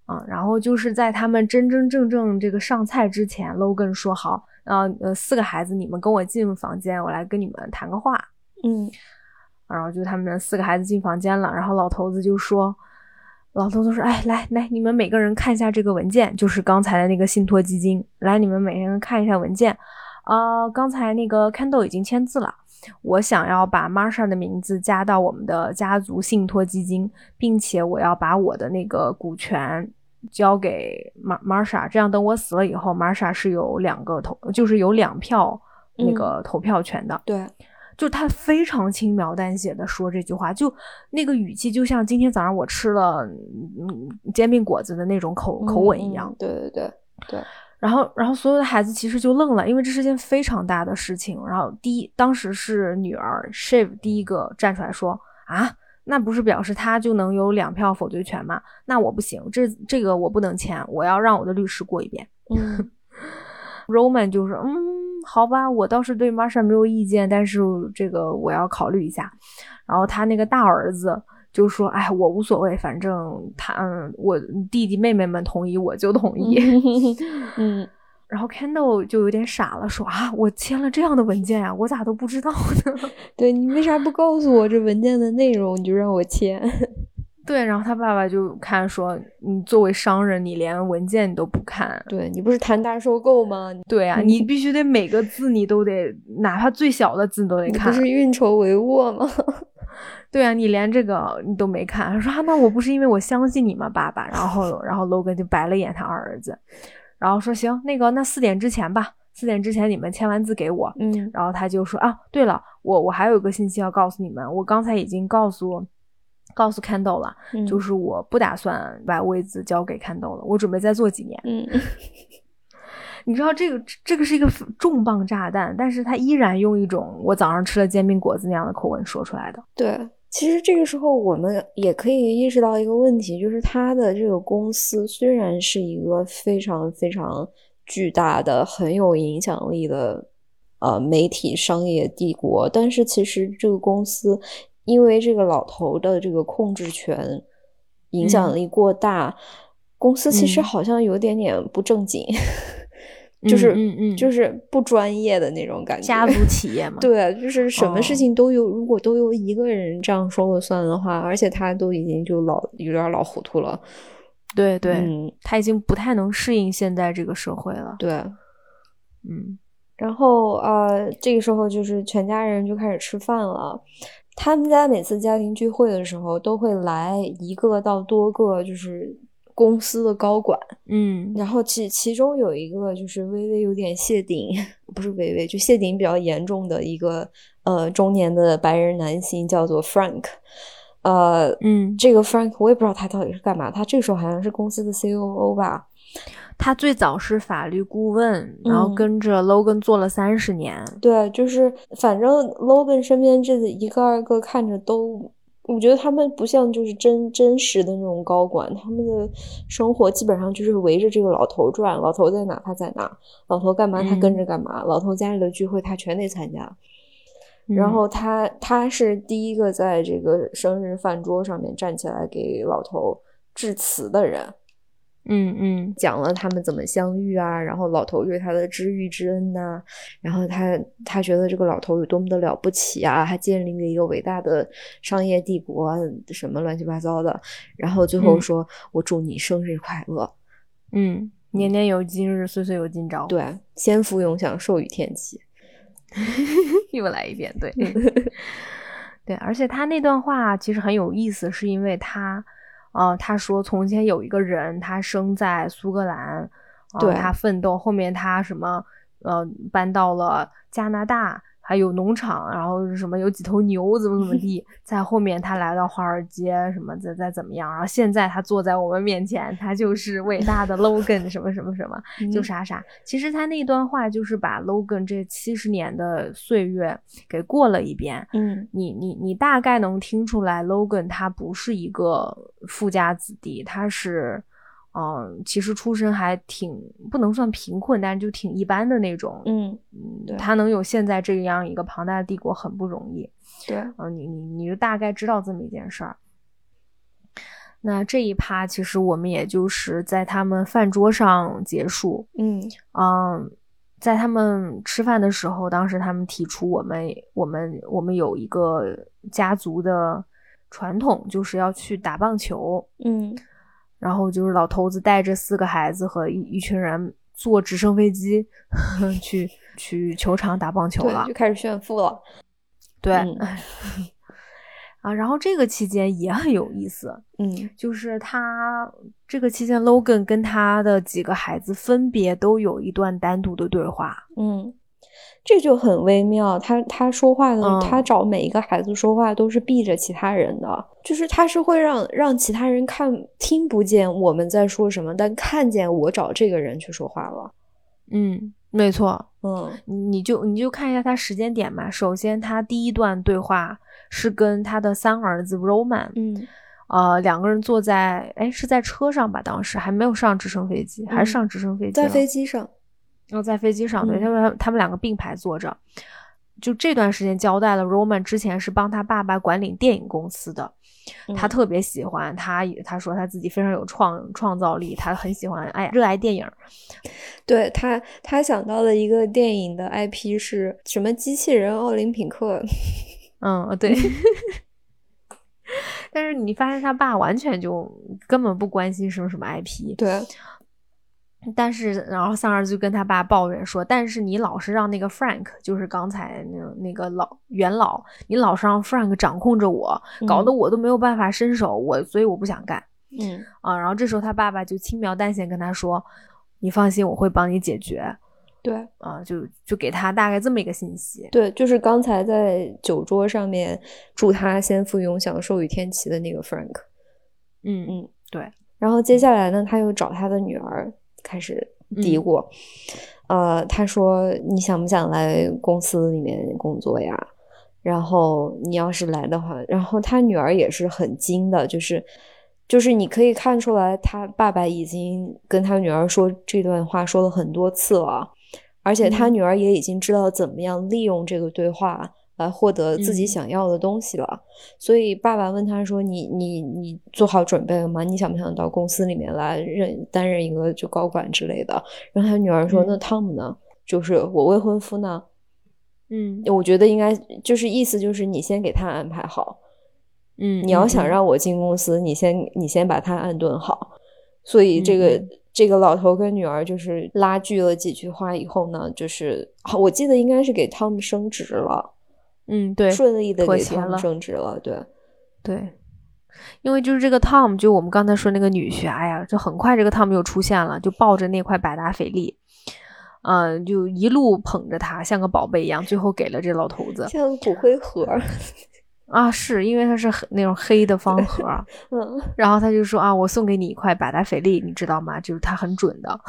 Speaker 1: 啊、然后就是在他们真真正正这个上菜之前，Logan 说好，呃呃，四个孩子你们跟我进房间，我来跟你们谈个话。
Speaker 2: 嗯
Speaker 1: 然后就他们四个孩子进房间了，然后老头子就说，老头子说，哎，来来，你们每个人看一下这个文件，就是刚才的那个信托基金，来，你们每个人看一下文件，啊、刚才那个 Candle 已经签字了。我想要把 Marsha 的名字加到我们的家族信托基金，并且我要把我的那个股权交给 Mar Marsha，这样等我死了以后，Marsha 是有两个投，就是有两票那个投票权的。
Speaker 2: 对，
Speaker 1: 就他非常轻描淡写的说这句话，就那个语气，就像今天早上我吃了嗯煎饼果子的那种口口吻一样。
Speaker 2: 嗯对 对对，
Speaker 1: 然后，然后所有的孩子其实就愣了，因为这是件非常大的事情。然后第一，当时是女儿 Shiv 第一个站出来说啊。那不是表示他就能有两票否决权吗？那我不行，这这个我不能签，我要让我的律师过一遍。
Speaker 2: 嗯
Speaker 1: Roman 就说：“嗯，好吧，我倒是对 Marsha 没有意见，但是这个我要考虑一下。”然后他那个大儿子就说：“哎，我无所谓，反正他嗯，我弟弟妹妹们同意我就同意。
Speaker 2: 嗯，
Speaker 1: 然后 Kendall 就有点傻了，说：“啊，我签了这样的文件啊，我咋都不知道呢
Speaker 2: 对你为啥不告诉我这文件的内容，你就让我签？？”
Speaker 1: 对，然后他爸爸就看说：“你作为商人，你连文件你都不看，
Speaker 2: 对你不是谈大收购吗？你
Speaker 1: 对啊，你必须得每个字你都得，哪怕最小的字你都得
Speaker 2: 你
Speaker 1: 看。啊
Speaker 2: 不”是运筹帷幄吗？
Speaker 1: 对啊，你连这个你都没看，他说啊，那我不是因为我相信你吗，爸爸？然后，然后 Logan 就白了眼他二儿子，然后说行，那个那四点之前吧，四点之前你们签完字给我。
Speaker 2: 嗯
Speaker 1: 然后他就说啊，对了，我我还有一个信息要告诉你们，我刚才已经告诉告诉 Candle 了，
Speaker 2: 嗯
Speaker 1: 就是我不打算把位子交给 Candle 了，我准备再做几年。
Speaker 2: 嗯，
Speaker 1: 你知道这个这个是一个重磅炸弹，但是他依然用一种我早上吃了煎饼果子那样的口吻说出来的。
Speaker 2: 对。其实这个时候，我们也可以意识到一个问题，就是他的这个公司虽然是一个非常非常巨大的、很有影响力的呃媒体商业帝国，但是其实这个公司因为这个老头的这个控制权影响
Speaker 1: 嗯
Speaker 2: 力过大，公司其实
Speaker 1: 嗯
Speaker 2: 好像有点点不正经， 就是
Speaker 1: 嗯嗯嗯
Speaker 2: 就是 不专业的那种感觉，
Speaker 1: 家族企业嘛，
Speaker 2: 对，就是什么事
Speaker 1: 哦
Speaker 2: 情都有，如果都由一个人这样说了算的话，而且他都已经就老有点老糊涂了。
Speaker 1: 对对、
Speaker 2: 嗯，
Speaker 1: 他已经不太能适应现在这个社会了。
Speaker 2: 对。
Speaker 1: 嗯，
Speaker 2: 然后呃，这个时候就是全家人就开始吃饭了。他们家每次家庭聚会的时候，都会来一个到多个，就是公司的高管。
Speaker 1: 嗯
Speaker 2: 然后其其中有一个就是微微有点谢顶，不是微微，就谢顶比较严重的一个呃中年的白人男性，叫做 Frank。呃，
Speaker 1: 嗯，
Speaker 2: 这个 Frank 我也不知道他到底是干嘛，他这个时候好像是公司的 COO 吧。
Speaker 1: 他最早是法律顾问，然后
Speaker 2: 嗯
Speaker 1: 跟着 Logan 做了三十年。
Speaker 2: 对，就是反正 Logan 身边这一个二个看着都，我觉得他们不像就是真真实的那种高管，他们的生活基本上就是围着这个老头转，老头在哪他在哪，老头干嘛他跟着干嘛，老头家里的聚会他全得参加。然
Speaker 1: 嗯
Speaker 2: 后他他是第一个在这个生日饭桌上面站起来给老头致辞的人。
Speaker 1: 嗯嗯
Speaker 2: 讲了他们怎么相遇啊，然后老头对他的知遇之恩呐、然后他他觉得这个老头有多么的了不起啊，他建立了一个伟大的商业帝国，啊什么乱七八糟的，然后最后
Speaker 1: 嗯
Speaker 2: 说、我祝你生日快乐，
Speaker 1: 嗯，年年有今日，岁岁有今朝。，
Speaker 2: 对，先福永享，寿与天齐，
Speaker 1: 又来一遍。对， 对，而且他那段话其实很有意思，是因为他，呃，他说从前有一个人，他生在苏格兰，呃、
Speaker 2: 对
Speaker 1: 他奋斗，后面他什么，呃，搬到了加拿大，还有农场，然后是什么有几头牛，怎么怎么地，在后面他来到华尔街，什么再再怎么样，然后现在他坐在我们面前，他就是伟大的 Logan 什么什么什么，
Speaker 2: 嗯
Speaker 1: 就啥啥。其实他那段话就是把 Logan 这七十年的岁月给过了一遍，
Speaker 2: 嗯
Speaker 1: 你你你大概能听出来，Logan 他不是一个富家子弟，他是，嗯、其实出身还挺不能算贫困，但是就挺一般的那种。
Speaker 2: 嗯，对
Speaker 1: 嗯，他能有现在这样一个庞大的帝国很不容易。
Speaker 2: 对，
Speaker 1: 嗯、你你你就大概知道这么一件事儿。那这一趴其实我们也就是在他们饭桌上结束，
Speaker 2: 嗯
Speaker 1: 嗯，在他们吃饭的时候，当时他们提出我们我们我们有一个家族的传统，就是要去打棒球。
Speaker 2: 嗯
Speaker 1: 然后就是老头子带着四个孩子和一一群人坐直升飞机 去去球场打棒球了
Speaker 2: 对，就。开始炫富了，
Speaker 1: 对，
Speaker 2: 嗯
Speaker 1: 啊，然后这个期间也很有意思，
Speaker 2: 嗯
Speaker 1: 就是他这个期间，Logan 跟他的几个孩子分别都有一段单独的对话。
Speaker 2: 嗯。这就很微妙，他他说话的，
Speaker 1: 嗯
Speaker 2: 他找每一个孩子说话都是避着其他人的，就是他是会让让其他人看听不见我们在说什么，但看见我找这个人去说话了。
Speaker 1: 嗯，没错，
Speaker 2: 嗯
Speaker 1: 你就你就看一下他时间点嘛。首先，他第一段对话是跟他的三儿子 Roman，、
Speaker 2: 嗯
Speaker 1: 呃，两个人坐在哎是在车上吧，当时还没有上直升飞机，还是
Speaker 2: 嗯
Speaker 1: 上直升飞机了？
Speaker 2: 在飞机上，
Speaker 1: 哦，在飞机上，对、
Speaker 2: 嗯
Speaker 1: 他们他们两个并排坐着。就这段时间交代了，Roman 之前是帮他爸爸管理电影公司的，他
Speaker 2: 嗯
Speaker 1: 特别喜欢他，他说他自己非常有创创造力，他很喜欢哎热爱电影，
Speaker 2: 对他他想到了一个电影的 IP 是什么机器人奥林匹克，
Speaker 1: 嗯，对。 但是你发现他爸完全就根本不关心什么什么 IP，
Speaker 2: 对，
Speaker 1: 但是然后三儿就跟他爸抱怨说，但是你老是让那个 Frank，就是刚才那个那个老元老，你老是让 Frank 掌控着我，搞得我都没有办法伸手，我所以我不想干
Speaker 2: 嗯
Speaker 1: 啊。然后这时候他爸爸就轻描淡写跟他说，你放心，我会帮你解决
Speaker 2: 对
Speaker 1: 啊，就就给他大概这么一个信息，
Speaker 2: 对，就是刚才在酒桌上面祝他先福永享寿与天齐的那个 Frank。
Speaker 1: 嗯
Speaker 2: 嗯，
Speaker 1: 对，
Speaker 2: 然后接
Speaker 1: 嗯
Speaker 2: 下来呢，他又找他的女儿开始嘀咕，呃，他说：“你想不想来公司里面工作呀？然后你要是来的话，然后他女儿也是很精的，就是就是你可以看出来，他爸爸已经跟他女儿说这段话说了很多次了，而且他
Speaker 1: 嗯
Speaker 2: 女儿也已经知道怎么样利用这个对话来获得自己
Speaker 1: 嗯
Speaker 2: 想要的东西了。所以爸爸问他说：“你你你做好准备了吗？你想不想到公司里面来任担任一个就高管之类的？”然后他女儿说：“
Speaker 1: 嗯
Speaker 2: 那汤姆呢？就是我未婚夫呢？
Speaker 1: 嗯
Speaker 2: 我觉得应该就是意思就是你先给他安排好，
Speaker 1: 嗯，
Speaker 2: 你要想
Speaker 1: 嗯
Speaker 2: 让我进公司，你先你先把他安顿好。”所以这个、
Speaker 1: 嗯嗯
Speaker 2: 这个老头跟女儿就是拉啊锯了几句话以后呢，就是好我记得应该是给汤姆升职了。
Speaker 1: 嗯，对，
Speaker 2: 顺利的
Speaker 1: 妥
Speaker 2: 给
Speaker 1: 协
Speaker 2: 他们
Speaker 1: 了
Speaker 2: 争执了，对，
Speaker 1: 对，因为就是这个 Tom，就我们刚才说那个女婿，哎呀，就很快这个 Tom 又出现了，就抱着那块百达翡丽，嗯、就一路捧着他，像个宝贝一样，最后给了这老头子
Speaker 2: 像骨灰盒儿，
Speaker 1: 啊，是因为它是黑那种黑的方盒儿，
Speaker 2: 嗯，
Speaker 1: 然后他就说啊，我送给你一块百达翡丽，你知道吗？就是它很准的。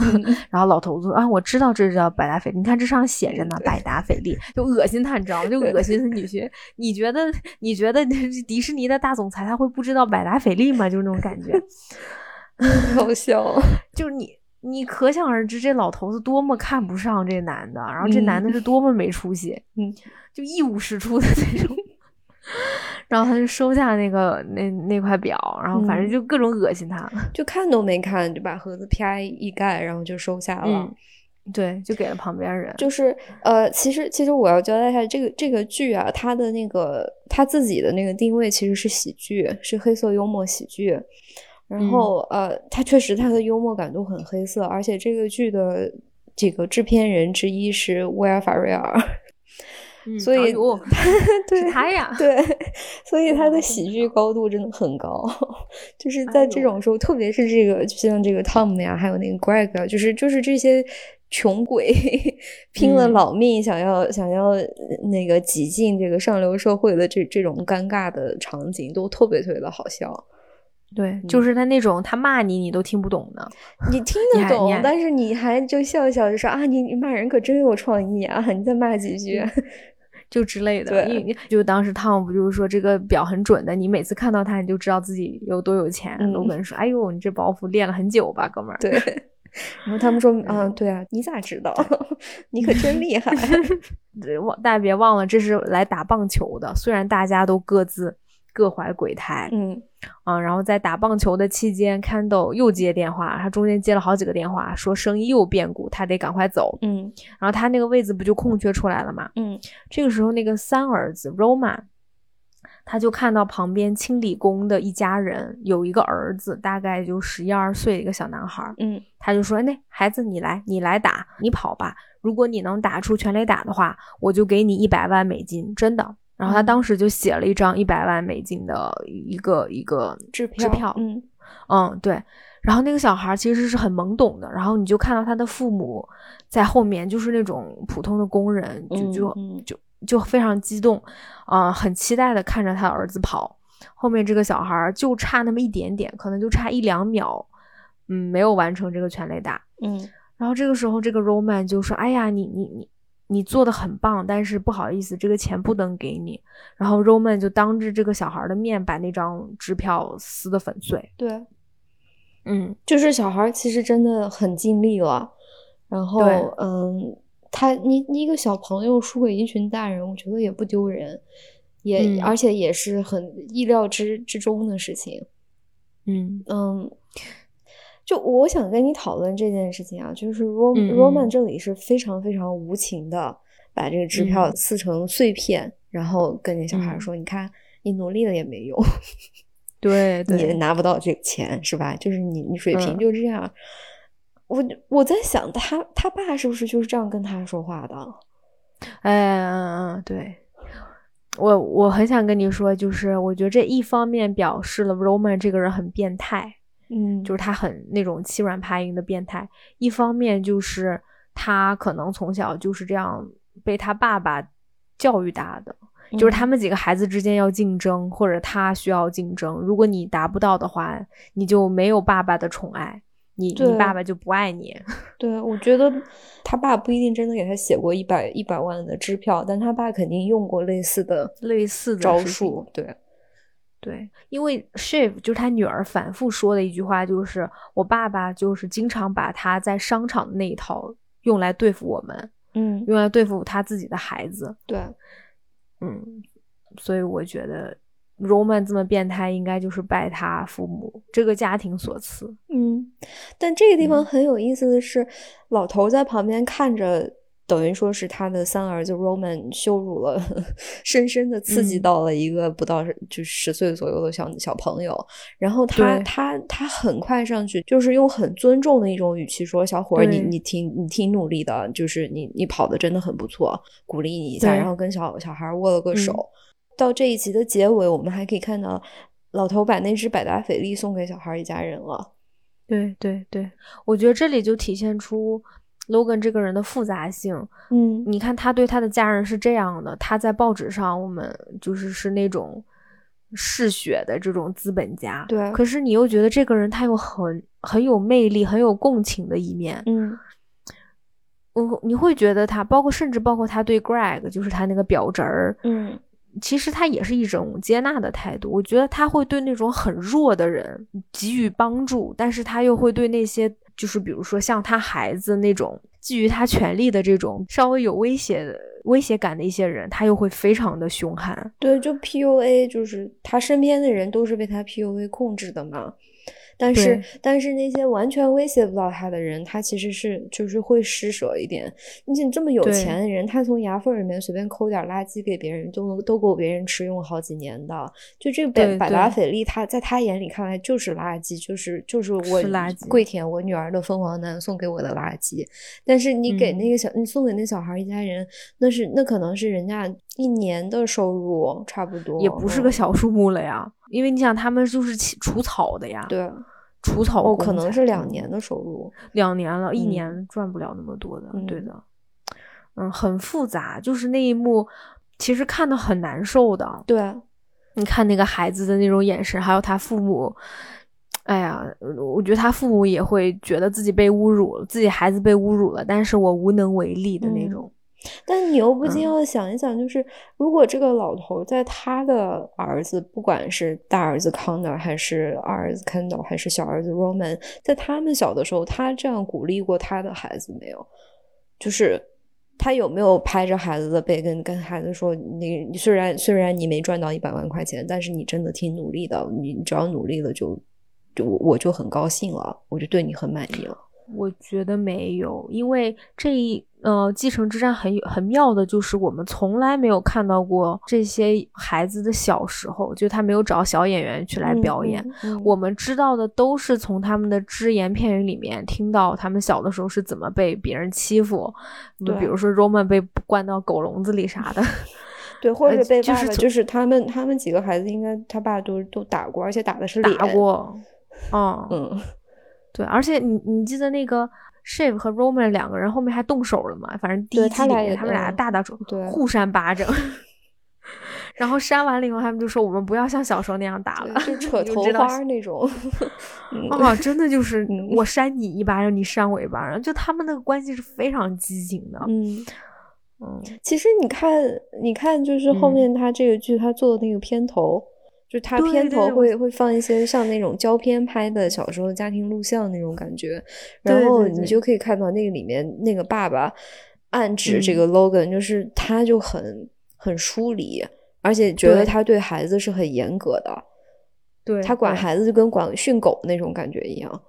Speaker 1: 然后老头子说啊，我知道这叫百达翡丽，你看这上写着呢，百达翡丽，就恶心他，你知道吗？就恶心他女婿。 你觉得你觉得迪士尼的大总裁他会不知道百达翡丽吗？就是那种感 觉，
Speaker 2: 好笑啊，
Speaker 1: 就是你。你可想而知，这老头子多么看不上这男的，然后这男的是多么没出息，
Speaker 2: 嗯，
Speaker 1: 就一无是处的那 种。然后他就收下那个那那块表，然后反正
Speaker 2: 嗯
Speaker 1: 就各种恶心他。
Speaker 2: 就看都没看就把盒子啪一盖，然后就收下了。
Speaker 1: 嗯对，就给了旁边人。
Speaker 2: 就是呃，其实其实我要交代一下这个这个剧啊，它的那个它自己的那个定位其实是喜剧，是黑色幽默喜剧。然后、呃，它确实它的幽默感都很黑色，而且这个剧的这个制片人之一是威尔法瑞尔，
Speaker 1: 嗯
Speaker 2: 所以、
Speaker 1: 哎 呦
Speaker 2: 哦对
Speaker 1: 是他呀，
Speaker 2: 对， 所以它
Speaker 1: 嗯
Speaker 2: 的
Speaker 1: 我
Speaker 2: 喜
Speaker 1: 知
Speaker 2: 剧高度真的很高， 就是
Speaker 1: 哎
Speaker 2: 在这
Speaker 1: 呦
Speaker 2: 种时候，特别是这个，就像这个 Tom 呀，还有那个 Greg 啊，就是就是这些穷鬼 拼了
Speaker 1: 嗯
Speaker 2: 老命想要、想要呃那个挤进这个上流社会的这这种尴尬的场景，都特别特别的好笑。
Speaker 1: 对，
Speaker 2: 嗯
Speaker 1: 就是他那种他骂你你都听不懂的，
Speaker 2: 你听
Speaker 1: 你
Speaker 2: 得
Speaker 1: 还你
Speaker 2: 懂
Speaker 1: 还，
Speaker 2: 但是你还就笑一笑，就说啊，你你骂人可真有创意啊， 你再骂几句。
Speaker 1: 嗯就之类的。
Speaker 2: 对
Speaker 1: 因为就当时汤姆不就是说这个表很准的，你每次看到他你就知道自己有多有钱。
Speaker 2: 嗯
Speaker 1: 罗本说：“哎呦，你这包袱练了很久吧，哥们儿。”
Speaker 2: 对，然后他们说啊，对啊，你咋知道？ 你可真厉 害。
Speaker 1: 对，忘大家别忘了，这是来打棒球的。虽然大家都各自各怀鬼胎，
Speaker 2: 嗯
Speaker 1: 啊，然后在打棒球的期间，Candle 又接电话，他中间接了好几个电话，说生意又变故，他得赶快走。
Speaker 2: 嗯
Speaker 1: 然后他那个位子不就空缺出来了吗？
Speaker 2: 嗯。
Speaker 1: 这个时候，那个三儿子 Roma，他就看到旁边清理工的一家人有一个儿子，大概就十一二岁的一个小男孩儿，
Speaker 2: 嗯
Speaker 1: 他就说：“那孩子，你来，你来打，你跑吧。如果你能打出全垒打的话，我就给你一百万美金，真的。”然后他
Speaker 2: 嗯
Speaker 1: 当时就写了一张一百万美金的一个一个，
Speaker 2: 支
Speaker 1: 支
Speaker 2: 票，
Speaker 1: 票
Speaker 2: 嗯
Speaker 1: 嗯，对。然后那个小孩其实是很懵懂的，然后你就看到他的父母在后面，就是那种普通的工人，就就
Speaker 2: 嗯
Speaker 1: 就就非常激动，啊、很期待的看着他儿子跑。后面这个小孩儿就差那么一点点，可能就差一两秒，嗯，没有完成这个全垒打。
Speaker 2: 嗯
Speaker 1: 然后这个时候，这个 Roman 就说：“哎呀，你你你你做的很棒，但是不好意思，这个钱不能给你。”然后 Roman 就当着这个小孩儿的面把那张支票撕得粉碎。
Speaker 2: 对，
Speaker 1: 嗯，
Speaker 2: 就是小孩儿其实真的很尽力了，然后
Speaker 1: 对
Speaker 2: 嗯，他你你一个小朋友输给一群大人，我觉得也不丢人，也、
Speaker 1: 嗯
Speaker 2: 而且也是很意料之之中的事情，
Speaker 1: 嗯
Speaker 2: 嗯。就我想跟你讨论这件事情啊，就是 Rom
Speaker 1: 嗯嗯
Speaker 2: Roman 这里是非常非常无情的，把这个支票
Speaker 1: 嗯
Speaker 2: 撕成碎片，然后跟那小孩儿说：“你看，你努力了也没用。”，
Speaker 1: 对
Speaker 2: 你
Speaker 1: 对，
Speaker 2: 拿不到这个钱是吧？就是你你水平
Speaker 1: 嗯
Speaker 2: 就这样。我我在想他他爸是不是就是这样跟他说话的？啊
Speaker 1: 哎，嗯嗯，对。我我很想跟你说，就是我觉得这一方面表示了 Roman 这个人很变态，
Speaker 2: 嗯
Speaker 1: 就是他很那种欺软怕硬的变态；一方面就是他可能从小就是这样被他爸爸教育大的，
Speaker 2: 嗯
Speaker 1: 就是他们几个孩子之间要竞争，或者他需要竞争。如果你达不到的话，你就没有爸爸的宠爱，你你
Speaker 2: 对
Speaker 1: 爸爸就不爱你。
Speaker 2: 对，啊我觉得他爸不一定真的给他写过一百一百万的支票，但他爸肯定用过类似的
Speaker 1: 类似的
Speaker 2: 招
Speaker 1: 事情
Speaker 2: 数。对，
Speaker 1: 对，因为 Shiv 就是他女儿反复说的一句话，就是我爸爸就是经常把他在商场的那一套用来对付我们，
Speaker 2: 嗯，
Speaker 1: 用来对付他自己的孩子。
Speaker 2: 对，
Speaker 1: 嗯，所以我觉得 Roman 这么变态，应该就是拜他父母这个家庭所赐。
Speaker 2: 嗯。但这个地方
Speaker 1: 嗯
Speaker 2: 很有意思的是，老头在旁边看着等于说是他的三儿子 Roman 羞辱了， 深深的刺激
Speaker 1: 嗯
Speaker 2: 到了一个不到十、就十岁左右的小小朋友。然后他
Speaker 1: 对
Speaker 2: 他他很快上去，就是用很尊重的一种语气说：“小伙儿，你
Speaker 1: 对
Speaker 2: 你挺你挺努力的，就是你你跑的真的很不错，鼓励你一下。”
Speaker 1: 对嗯
Speaker 2: 然后跟小小孩儿握了个手。到这一集的结尾，我们还可以看到老头把那只百达翡丽送给小孩儿一家人了。
Speaker 1: 对对对，我觉得这里就体现出 Logan 这个人的复杂性。
Speaker 2: 嗯
Speaker 1: 你看他对他的家人是这样的，他在报纸上我们就是是那种嗜血的这种资本家，
Speaker 2: 对
Speaker 1: 可是你又觉得这个人他有很很有魅力、很有共情的一面，
Speaker 2: 嗯
Speaker 1: 我你会觉得他，包括甚至包括他对 Greg，就是他那个表侄儿，
Speaker 2: 嗯，
Speaker 1: 其实他也是一种接纳的态度。我觉得他会对那种很弱的人给予帮助，但是他又会对那些就是比如说像他孩子那种觊觎他权利的这种稍微有威胁的威胁感的一些人，他又会非常的凶悍。
Speaker 2: 对，就 PUA，就是他身边的人都是被他 PUA 控制的嘛。但是
Speaker 1: 对，
Speaker 2: 但是那些完全威胁不到他的人，他其实是就是会施舍一点。你像这么有
Speaker 1: 对
Speaker 2: 钱的人，他从牙缝儿里面随便抠点儿垃圾给别人，都能都够别人吃用好几年的。就这个百
Speaker 1: 对
Speaker 2: 百达
Speaker 1: 对
Speaker 2: 翡丽，他在他眼里看来就是垃圾，就是就是我
Speaker 1: 是垃圾
Speaker 2: 跪舔我女儿的凤凰男送给我的垃圾。但是你
Speaker 1: 嗯
Speaker 2: 给那个小，你送给那小孩儿一家人，那是那可能是人家一年的收入差不多，
Speaker 1: 也不是个
Speaker 2: 嗯
Speaker 1: 小数目了呀，因为你想他们就是起除草的呀，，
Speaker 2: 对啊
Speaker 1: 除草
Speaker 2: 哦，
Speaker 1: 工
Speaker 2: 可能
Speaker 1: 才
Speaker 2: 是
Speaker 1: 嗯
Speaker 2: 两年的收入，
Speaker 1: 两年了，一
Speaker 2: 嗯
Speaker 1: 年赚不了那么多的，对
Speaker 2: 嗯
Speaker 1: 的，嗯，很复杂，就是那一幕，其实看的很难受的。
Speaker 2: 对，啊
Speaker 1: 你看那个孩子的那种眼神，还有他父母，哎呀，我觉得他父母也会觉得自己被侮辱了，自己孩子被侮辱了，但是我无能为力的那
Speaker 2: 嗯
Speaker 1: 种。
Speaker 2: 但你又不
Speaker 1: 嗯
Speaker 2: 禁要想一想，就是、如果这个老头在他的儿子，不管是大儿子康纳还是二儿子 Kendall 还是小儿子 Roman，在他们小的时候，他这样鼓励过他的孩子没有？就是他有没有拍着孩子的背跟跟孩子说，你你虽然虽然你没赚到一百万块钱，但是你真的挺努力的，你你只要努力了就就我我就很高兴了，我就对你很满意了。
Speaker 1: 我觉得没有，因为这一呃，继承之战很有很妙的，就是我们从来没有看到过这些孩子的小时候，就他没有找小演员去来
Speaker 2: 嗯
Speaker 1: 表演，，
Speaker 2: 嗯嗯
Speaker 1: 我们知道的都是从他们的只言片语里面听到他们小的时候是怎么被别人欺负，就
Speaker 2: 对
Speaker 1: 比如说 Roman 被关到狗笼子里啥 的。
Speaker 2: 对，或
Speaker 1: 呃
Speaker 2: 者被
Speaker 1: 就
Speaker 2: 爸
Speaker 1: 是
Speaker 2: 爸，
Speaker 1: 从
Speaker 2: 就是他们他们几个孩子，应该他爸都都打过，而且打的是
Speaker 1: 打
Speaker 2: 脸。
Speaker 1: 过，嗯，
Speaker 2: 嗯，
Speaker 1: 对，而且你你记得那个 Shave 和 Roman 两个人后面还动手了嘛？反正第
Speaker 2: 对
Speaker 1: 一季
Speaker 2: 他
Speaker 1: 里
Speaker 2: 俩
Speaker 1: 面
Speaker 2: 也
Speaker 1: 他们俩
Speaker 2: 嗯
Speaker 1: 大打手，
Speaker 2: 对
Speaker 1: 互扇巴掌。 然后扇完了以后，他们就说我们不要像小时候那样打了，
Speaker 2: 对就扯
Speaker 1: 你
Speaker 2: 头
Speaker 1: 知道
Speaker 2: 花儿那种。 嗯
Speaker 1: 啊，真的就是
Speaker 2: 嗯
Speaker 1: 我扇你一巴掌，你扇我一巴掌，就他们那个关系是非常激情的。
Speaker 2: 嗯，
Speaker 1: 嗯，
Speaker 2: 其实你看，你看，就是后
Speaker 1: 嗯
Speaker 2: 面他这个剧他做的那个片头，就是他
Speaker 1: 对
Speaker 2: 片
Speaker 1: 对
Speaker 2: 头
Speaker 1: 我
Speaker 2: 会会放一些像那种胶片拍的小时候家庭录像那种感觉，然
Speaker 1: 对
Speaker 2: 后
Speaker 1: 对
Speaker 2: 你
Speaker 1: 对
Speaker 2: 就可以看到那个里面那个爸爸暗指这
Speaker 1: 嗯
Speaker 2: 个 Logan，就是他就很很疏离，而且觉得
Speaker 1: 对
Speaker 2: 他对孩子是很严格的。
Speaker 1: 对，
Speaker 2: 他管
Speaker 1: 对
Speaker 2: 孩子就跟管训狗那种感觉一样。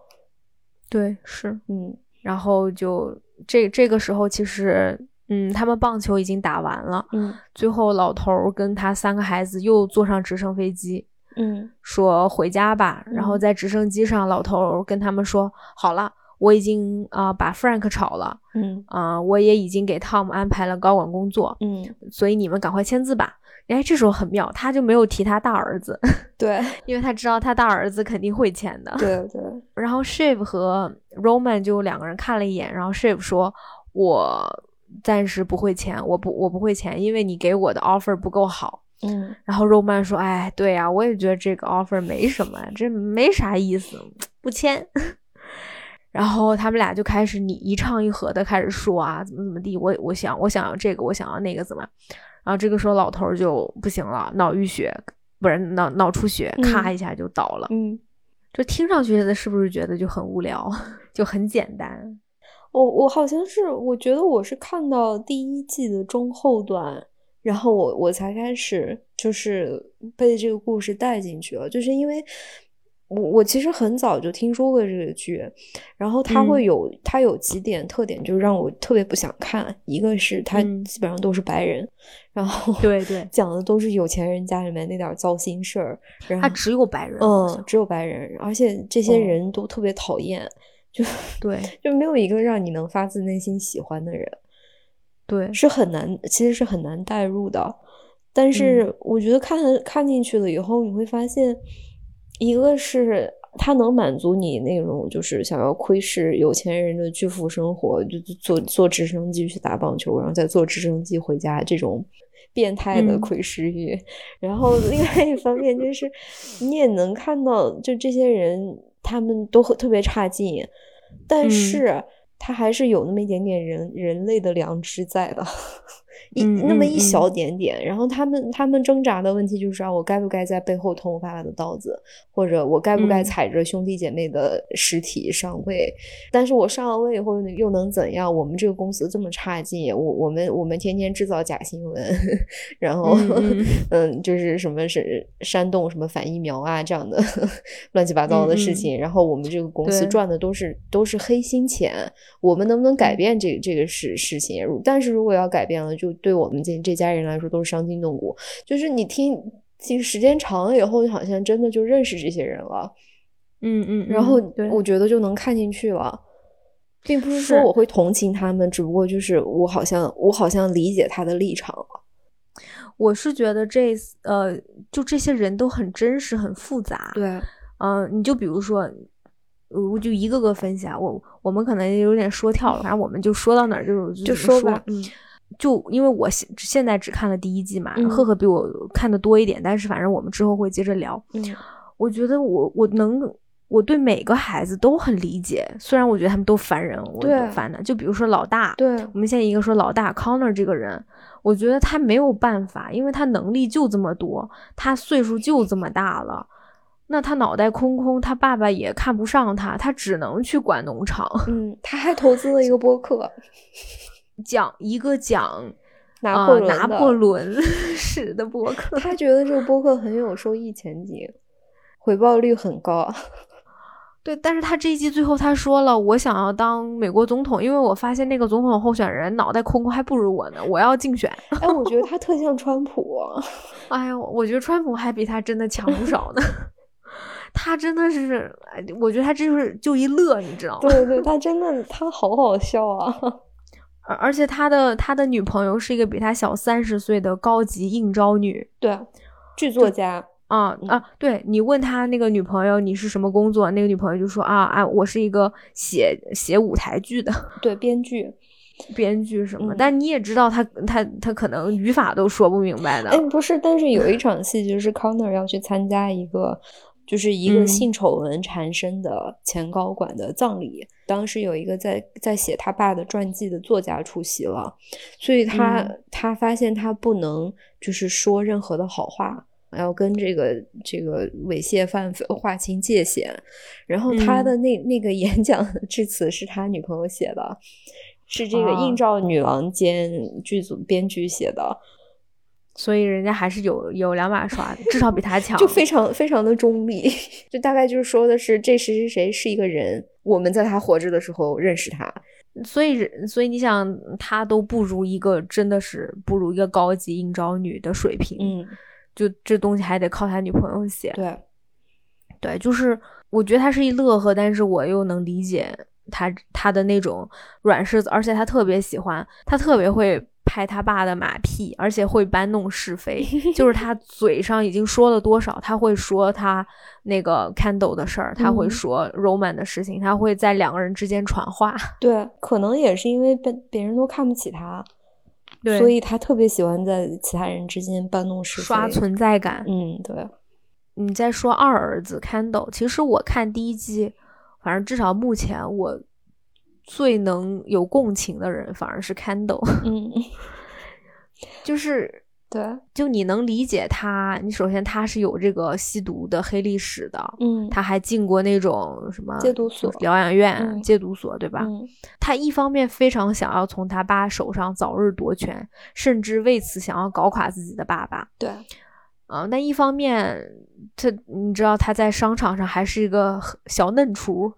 Speaker 1: 对是，
Speaker 2: 嗯，
Speaker 1: 然后就这这个时候其实。嗯，他们棒球已经打完了，
Speaker 2: 嗯
Speaker 1: 最后老头儿跟他三个孩子又坐上直升飞机，
Speaker 2: 嗯
Speaker 1: 说回家吧。然后
Speaker 2: 嗯
Speaker 1: 在直升机上，老头儿跟他们说：“好了，我已经啊、呃把 Frank 炒了，
Speaker 2: 嗯
Speaker 1: 啊、我也已经给 Tom 安排了高管工作，
Speaker 2: 嗯，
Speaker 1: 所以你们赶快签字吧。”哎，这时候很妙，他就没有提他大儿子，
Speaker 2: 对
Speaker 1: 因为他知道他大儿子肯定会签的。
Speaker 2: 对对，
Speaker 1: 然后 Shiv 和 Roman 就两个人看了一眼，然后 Shiv 说：“我暂时不会签，我不我不会签，因为你给我的 offer 不够好。”
Speaker 2: 嗯
Speaker 1: 然后肉曼说：“哎，对呀、我也觉得这个 offer 没什么，这没啥意思，不签。” 然后他们俩就开始你一唱一和的开始说啊，怎么怎么地，我我想我想要这个，我想要那个，怎么？然后这个时候老头儿就不行了，脑淤血，不是脑脑出血，咔
Speaker 2: 嗯
Speaker 1: 一下就倒了。
Speaker 2: 嗯。
Speaker 1: 就听上去的是不是觉得就很无聊， 就很简单？
Speaker 2: 我我好像是，我觉得我是看到第一季的中后段，然后我我才开始就是被这个故事带进去了，就是因为我我其实很早就听说过这个剧，然后它
Speaker 1: 嗯
Speaker 2: 会有、它有几点特点，就是让我特别不想看。一个是它
Speaker 1: 嗯
Speaker 2: 基本上都是白人，然后
Speaker 1: 对对
Speaker 2: 讲的都是有钱人家里面那点儿糟心事儿，然后
Speaker 1: 他只有白人，好
Speaker 2: 嗯
Speaker 1: 像
Speaker 2: 只有白人，而且这些
Speaker 1: 嗯
Speaker 2: 人都特别讨厌，
Speaker 1: 对
Speaker 2: 就没有一个让你能发自内心喜欢的人。
Speaker 1: 对，
Speaker 2: 是很难，其实是很难代入的。但是我觉得看、看进去了以后，你会发现，一个是它能满足你那种就是想要窥视有钱人的巨富生活，就就坐坐直升机去打棒球，然后再坐直升机回家这种变态的
Speaker 1: 嗯
Speaker 2: 窥视欲。然后另外一方面就是，你也能看到，就这些人他们都很特别差劲，但
Speaker 1: 嗯
Speaker 2: 是他还是有那么一点点人人类的良知在的，一
Speaker 1: 嗯
Speaker 2: 那么
Speaker 1: 嗯
Speaker 2: 一小点点。然后他们他们挣扎的问题就是啊，我该不该在背后捅我爸爸的刀子，或者我该不该
Speaker 1: 嗯
Speaker 2: 踩着兄弟姐妹的尸体上位？但是我上了位以后又能怎样？我们这个公司这么差劲，我我们我们天天制造假新闻， 然后
Speaker 1: 嗯嗯
Speaker 2: 嗯，就是什么是煽动什么反疫苗啊这样的 乱七八糟的事
Speaker 1: 嗯嗯
Speaker 2: 情，然后我们这个公司
Speaker 1: 对
Speaker 2: 赚的都是都是黑心钱，我们能不能改
Speaker 1: 嗯
Speaker 2: 变这这个事事情？如但是如果要改变了，就对我们这这家人来说都是伤筋动骨。就是你听，这个时间长了以后，好像真的就认识这些人了，
Speaker 1: 嗯嗯，
Speaker 2: 然后
Speaker 1: 嗯对
Speaker 2: 我觉得就能看进去了。并不是说
Speaker 1: 是
Speaker 2: 我会同情他们，只不过就是我好像我好像理解他的立场了。
Speaker 1: 我是觉得这呃，就这些人都很真实，很复杂。，
Speaker 2: 对，
Speaker 1: 嗯、你就比如说，呃我就一个个分析啊，我我们可能有点说跳了，反正我们就说到哪儿就
Speaker 2: 就
Speaker 1: 就怎么
Speaker 2: 说吧，嗯
Speaker 1: 就因为我现现在只看了第一季嘛，
Speaker 2: 嗯
Speaker 1: 赫赫比我看的多一点，但是反正我们之后会接着聊。
Speaker 2: 嗯
Speaker 1: 我觉得我我能。我对每个孩子都很理解，虽然我觉得他们都烦人，我
Speaker 2: 对
Speaker 1: 烦的。就比如说老大，
Speaker 2: 对，
Speaker 1: 我们现在一个说老大 Connor 这个人，我觉得他没有办法，因为他能力就这么多，他岁数就这么大了，那他脑袋空空，他爸爸也看不上他，他只能去管农场，
Speaker 2: 嗯，他还投资了一个播客，
Speaker 1: 讲一个讲
Speaker 2: 拿
Speaker 1: 啊、
Speaker 2: 破
Speaker 1: 呃
Speaker 2: 仑的、
Speaker 1: 拿破仑 史的博客。
Speaker 2: 他觉得这个播客很有收益前景，回报率很高。
Speaker 1: 对，但是他这一季最后他说了，我想要当美国总统，因为我发现那个总统候选人脑袋空空，还不如我呢，我要竞选。
Speaker 2: 哎，我觉得他特像川普，啊
Speaker 1: 哎呦，我觉得川普还比他真的强不少呢。 他真的是，哎我觉得他这就是就一乐，你知道吗？
Speaker 2: 对对，他真的他好好笑啊！
Speaker 1: 而而且他的他的女朋友是一个比他小三十岁的高级应招女
Speaker 2: 对，啊剧作家，
Speaker 1: 啊
Speaker 2: 嗯
Speaker 1: 啊！对你问他那个女朋友你是什么工作，那个女朋友就说啊啊，我是一个写写舞台剧的
Speaker 2: 对编剧。
Speaker 1: 编剧什么。
Speaker 2: 嗯
Speaker 1: 但你也知道他他他可能语法都说不明白的
Speaker 2: 哎，，不是，但是有
Speaker 1: 嗯
Speaker 2: 一场戏就是 Connor 要去参加一个。就是一个
Speaker 1: 嗯
Speaker 2: 性丑闻缠身的前高管的葬礼，当时有一个在在写他爸的传记的作家出席了，所以他、
Speaker 1: 嗯
Speaker 2: 他发现他不能就是说任何的好话，要跟这个这个猥亵犯划清界限。然后他
Speaker 1: 嗯
Speaker 2: 的那、那个演讲的致辞是他女朋友写的，是这个
Speaker 1: 啊
Speaker 2: 映照女郎兼剧组编剧写的，
Speaker 1: 所以人家还是有有两把刷的，至少比他强。
Speaker 2: 就非常非常的中立， 就大概就是说的是这谁谁谁是一个人，我们在他活着的时候认识他，
Speaker 1: 所以人，所以你想，她都不如一个真的是不如一个高级应招女的水平，，
Speaker 2: 嗯，
Speaker 1: 就这东西还得靠他女朋友写，
Speaker 2: 对，
Speaker 1: 对，就是我觉得他是一乐呵，但是我又能理解他他的那种软柿子，而且他特别喜欢，他特别会拍他爸的马屁，而且会搬弄是 非，就是他嘴上已经说了多少，他会说他那个 Candle 的事儿，他会
Speaker 2: 嗯
Speaker 1: 说 Roman 的事情，他会在两个人之间传话，
Speaker 2: 对，可能也是因为别别人都看不起他，
Speaker 1: 对，
Speaker 2: 所以他特别喜欢在其他人之间搬弄是非，
Speaker 1: 刷存在感，
Speaker 2: 嗯，对，
Speaker 1: 你在说二儿子 Candle，其实我看第一季，反正至少目前我最能有共情的人反而是 Candle，
Speaker 2: 嗯，
Speaker 1: 就是
Speaker 2: 对，
Speaker 1: 就你能理解他，你首先他是有这个吸毒的黑历史的，
Speaker 2: 嗯，
Speaker 1: 他还进过那种什么
Speaker 2: 戒毒所
Speaker 1: 疗养院、
Speaker 2: 嗯
Speaker 1: 戒毒所，对吧？
Speaker 2: 嗯，
Speaker 1: 他一方面非常想要从他爸手上早日夺权，甚至为此想要搞垮自己的爸爸，
Speaker 2: 对，
Speaker 1: 啊、但一方面，他你知道他在商场上还是一个很小嫩雏，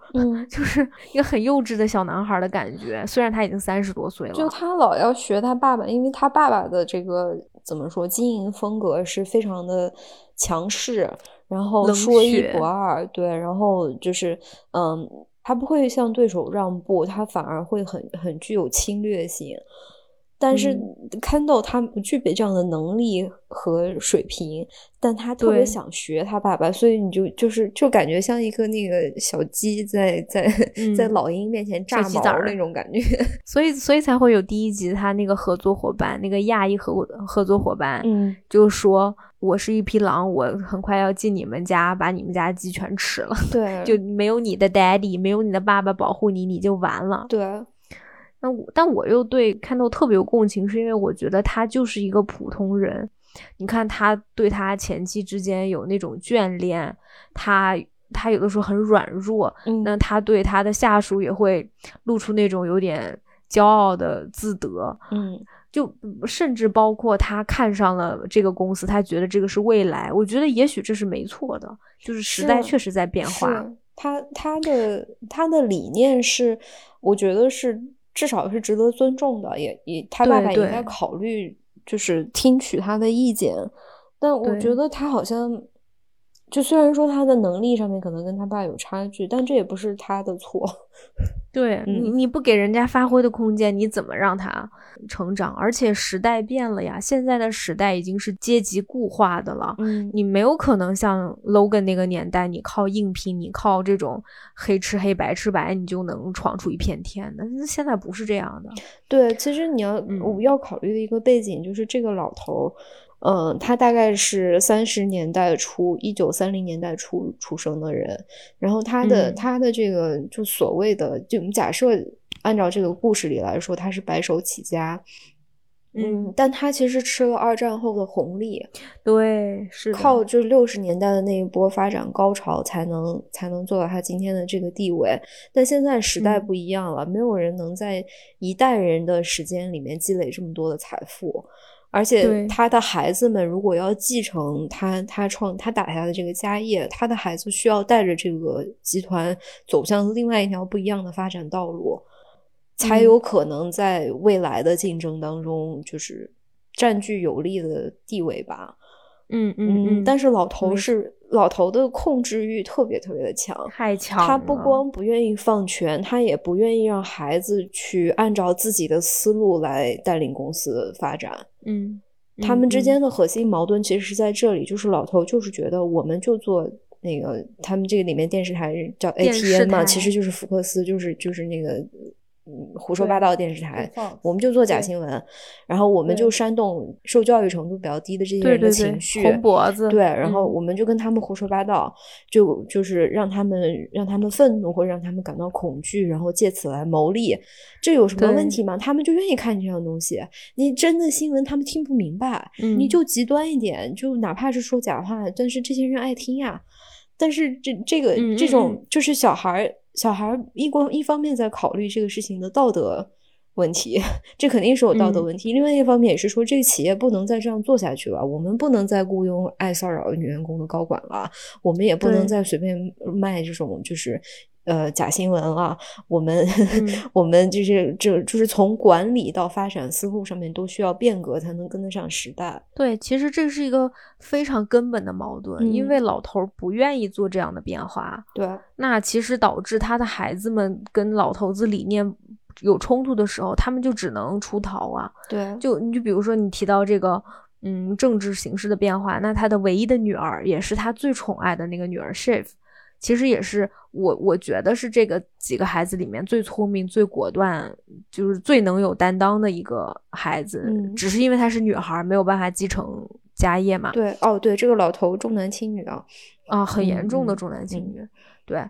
Speaker 2: 嗯，
Speaker 1: 就是一个很幼稚的小男孩的感觉。虽然他已经三十多岁了，
Speaker 2: 就他老要学他爸爸，因为他爸爸的这个怎么说，经营风格是非常的强势，然后
Speaker 1: 冷
Speaker 2: 说一
Speaker 1: 血
Speaker 2: 不二，对，然后就是嗯，他不会向对手让步，他反而会很很具有侵略性。但是
Speaker 1: 嗯
Speaker 2: 看到他不具备这样的能力和水平，但他特别
Speaker 1: 对
Speaker 2: 想学他爸爸，所以你就就是就感觉像一个那个小鸡在在、 在
Speaker 1: 嗯
Speaker 2: 老鹰面前
Speaker 1: 小
Speaker 2: 炸
Speaker 1: 鸡
Speaker 2: 毛
Speaker 1: 崽儿
Speaker 2: 那种感觉。
Speaker 1: 所以所以才会有第一集他那个合作伙伴，那个亚裔合合作伙伴，
Speaker 2: 嗯，
Speaker 1: 就说我是一匹狼，我很快要进你们家，把你们家鸡全吃了，
Speaker 2: 对，
Speaker 1: 就没有你的 daddy，没有你的爸爸保护你，你就完了。
Speaker 2: 对，
Speaker 1: 那我但我又对看豆特别有共情，是因为我觉得他就是一个普通人。你看他对他前妻之间有那种眷恋，他他有的时候很软弱，
Speaker 2: 嗯
Speaker 1: 那他对他的下属也会露出那种有点骄傲的自得，
Speaker 2: 嗯
Speaker 1: 就甚至包括他看上了这个公司，他觉得这个是未来。我觉得也许这是没错的，就是时代
Speaker 2: 是啊
Speaker 1: 确实在变化。
Speaker 2: 是啊他他的他的理念是，我觉得是至少是值得尊重的，也也他爸
Speaker 1: 对
Speaker 2: 爸也应
Speaker 1: 对
Speaker 2: 该考虑，就是听取他的意见。但我
Speaker 1: 对
Speaker 2: 觉得他好像，就虽然说他的能力上面可能跟他爸有差距，但这也不是他的错。
Speaker 1: 对你，
Speaker 2: 嗯
Speaker 1: 你不给人家发挥的空间，你怎么让他成长？而且时代变了呀，现在的时代已经是阶级固化的了。
Speaker 2: 嗯
Speaker 1: 你没有可能像 Logan 那个年代，你靠硬拼，你靠这种黑吃黑白吃白，你就能闯出一片天的。那现在不是这样的，
Speaker 2: 对，其实你要
Speaker 1: 嗯
Speaker 2: 我要考虑的一个背景就是这个老头，儿，嗯，他大概是三十年代初，一九三零年代初出生的人，然后他的、
Speaker 1: 嗯
Speaker 2: 他的这个就所谓的，就我们假设按照这个故事里来说，他是白手起家，
Speaker 1: 嗯
Speaker 2: 但他其实吃了二战后的红利，
Speaker 1: 对，是的
Speaker 2: 靠就是六十年代的那一波发展高潮，才能才能做到他今天的这个地位。但现在时代
Speaker 1: 嗯
Speaker 2: 不一样了，没有人能在一代人的时间里面积累这么多的财富。而且
Speaker 1: 对
Speaker 2: 他的孩子们如果要继承他他创他打下的这个家业，他的孩子需要带着这个集团走向另外一条不一样的发展道路，
Speaker 1: 嗯
Speaker 2: 才有可能在未来的竞争当中就是占据有利的地位吧。
Speaker 1: 嗯嗯
Speaker 2: 嗯，
Speaker 1: 嗯，
Speaker 2: 但是老头
Speaker 1: 没
Speaker 2: 是老头的控制欲特别特别的强，
Speaker 1: 太强啊了，
Speaker 2: 他不光不愿意放权，他也不愿意让孩子去按照自己的思路来带领公司发展。
Speaker 1: 嗯，
Speaker 2: 他
Speaker 1: 嗯
Speaker 2: 们之
Speaker 1: 嗯
Speaker 2: 间的核心矛盾其实是在这里，就是老头就是觉得我们就做那个，他们这个里面电视台叫
Speaker 1: 电视
Speaker 2: ATN 嘛，
Speaker 1: 台
Speaker 2: 其实就是福克斯，就是就是那个嗯胡说
Speaker 1: 对
Speaker 2: 八道电视台，
Speaker 1: 放
Speaker 2: 我们就做假
Speaker 1: 对
Speaker 2: 新闻，然后我们就
Speaker 1: 对
Speaker 2: 煽动受教育程度比较低的这些
Speaker 1: 对
Speaker 2: 人的
Speaker 1: 对
Speaker 2: 情
Speaker 1: 对，
Speaker 2: 绪，
Speaker 1: 红脖子，
Speaker 2: 对，然后
Speaker 1: 嗯
Speaker 2: 我们就跟他们胡说八道，就就是让他们让他们愤怒，或者让他们感到恐惧，然后借此来牟利，这有什么问
Speaker 1: 对
Speaker 2: 题吗？他们就愿意看你这样的东西。你真的新闻他们听不明白，你
Speaker 1: 嗯
Speaker 2: 就极端一点，就哪怕是说假话，但是这些人爱听呀。但是这这个
Speaker 1: 嗯
Speaker 2: 这
Speaker 1: 嗯
Speaker 2: 种
Speaker 1: 嗯
Speaker 2: 就是小孩儿，小孩儿一光一方面在考虑这个事情的道德问题， 这肯定是有道德
Speaker 1: 嗯
Speaker 2: 问题。另外一方面也是说，这个企业不能再这样做下去了，我们不能再雇佣爱骚扰女员工的高管了，我们也不能
Speaker 1: 对
Speaker 2: 再随便卖这种就是呃假新闻了。我们、
Speaker 1: 嗯
Speaker 2: 我们就是这就是从管理到发展思路上面都需要变革，才能跟得上时代。
Speaker 1: 对，其实这是一个非常根本的矛盾，
Speaker 2: 嗯
Speaker 1: 因为老头儿不愿意做这样的变化，
Speaker 2: 对，
Speaker 1: 那其实导致他的孩子们跟老头子理念有冲突的时候，他们就只能出逃啊。
Speaker 2: 对，
Speaker 1: 就你就比如说你提到这个。嗯，政治形势的变化，那他的唯一的女儿，也是他最宠爱的那个女儿 Shiv，其实也是我我觉得是这个几个孩子里面最聪明、最果断，就是最能有担当的一个孩子。
Speaker 2: 嗯
Speaker 1: 只是因为她是女孩儿，没有办法继承家业嘛。
Speaker 2: 对，哦，对，这个老头重男轻女啊，
Speaker 1: 啊，很严重的
Speaker 2: 嗯嗯
Speaker 1: 重男轻
Speaker 2: 嗯
Speaker 1: 女。对，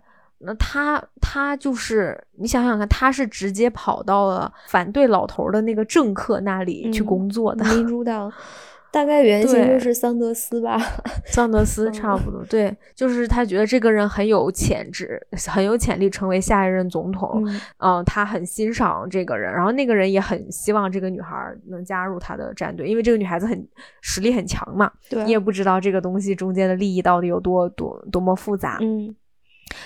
Speaker 1: 那他他就是你想想看，他是直接跑到了反对老头儿的那个政客那里去
Speaker 2: 嗯
Speaker 1: 工作的。
Speaker 2: 民主党。大概原型
Speaker 1: 对
Speaker 2: 就是桑德斯吧。
Speaker 1: 桑德斯差
Speaker 2: 哦
Speaker 1: 不多，对，就是他觉得这个人很有潜质，很有潜力成为下一任总统。
Speaker 2: 嗯
Speaker 1: 嗯、他很欣赏这个人，然后那个人也很希望这个女孩儿能加入他的战队，因为这个女孩子很实力很强嘛。
Speaker 2: 对，
Speaker 1: 你也不知道这个东西中间的利益到底有多多多么复杂。
Speaker 2: 嗯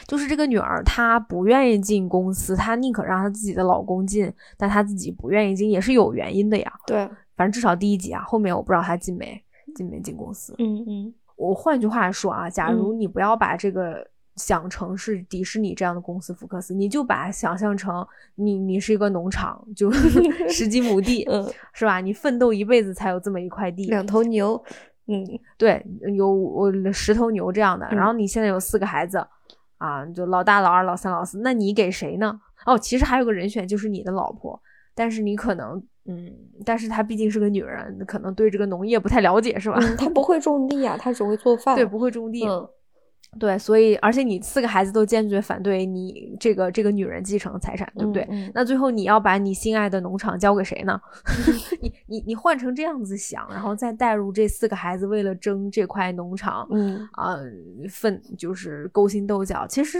Speaker 1: 就是这个女儿，她不愿意进公司，她宁可让她自己的老公进，但她自己不愿意进，也是有原因的呀。
Speaker 2: 对，
Speaker 1: 反正至少第一集啊，后面我不知道她进没进没进公司。
Speaker 2: 嗯嗯
Speaker 1: 我换句话说啊，假如你不要把这个想成是迪士尼这样的公司福克斯，你就把它想象成你你是一个农场，就 十几亩地
Speaker 2: 嗯，
Speaker 1: 是吧？你奋斗一辈子才有这么一块地，
Speaker 2: 两头牛，嗯
Speaker 1: 对，有我十头牛这样的。
Speaker 2: 嗯
Speaker 1: 然后你现在有四个孩子，啊，你就老大、老二、老三、老四，那你给谁呢？哦，其实还有个人选就是你的老婆，但是你可能，嗯，但是她毕竟是个女人，可能对这个农业不太了解，是吧？
Speaker 2: 嗯，他不会种地啊，他只会做饭。
Speaker 1: 对，不会种地。
Speaker 2: 嗯
Speaker 1: 对，所以而且你四个孩子都坚决反对你这个这个女人继承财产，对不对？
Speaker 2: 嗯嗯
Speaker 1: 那最后你要把你心爱的农场交给谁呢？ 你你你换成这样子想，然后再带入这四个孩子为了争这块农场
Speaker 2: 嗯，
Speaker 1: 啊、奋就是勾心斗角，其实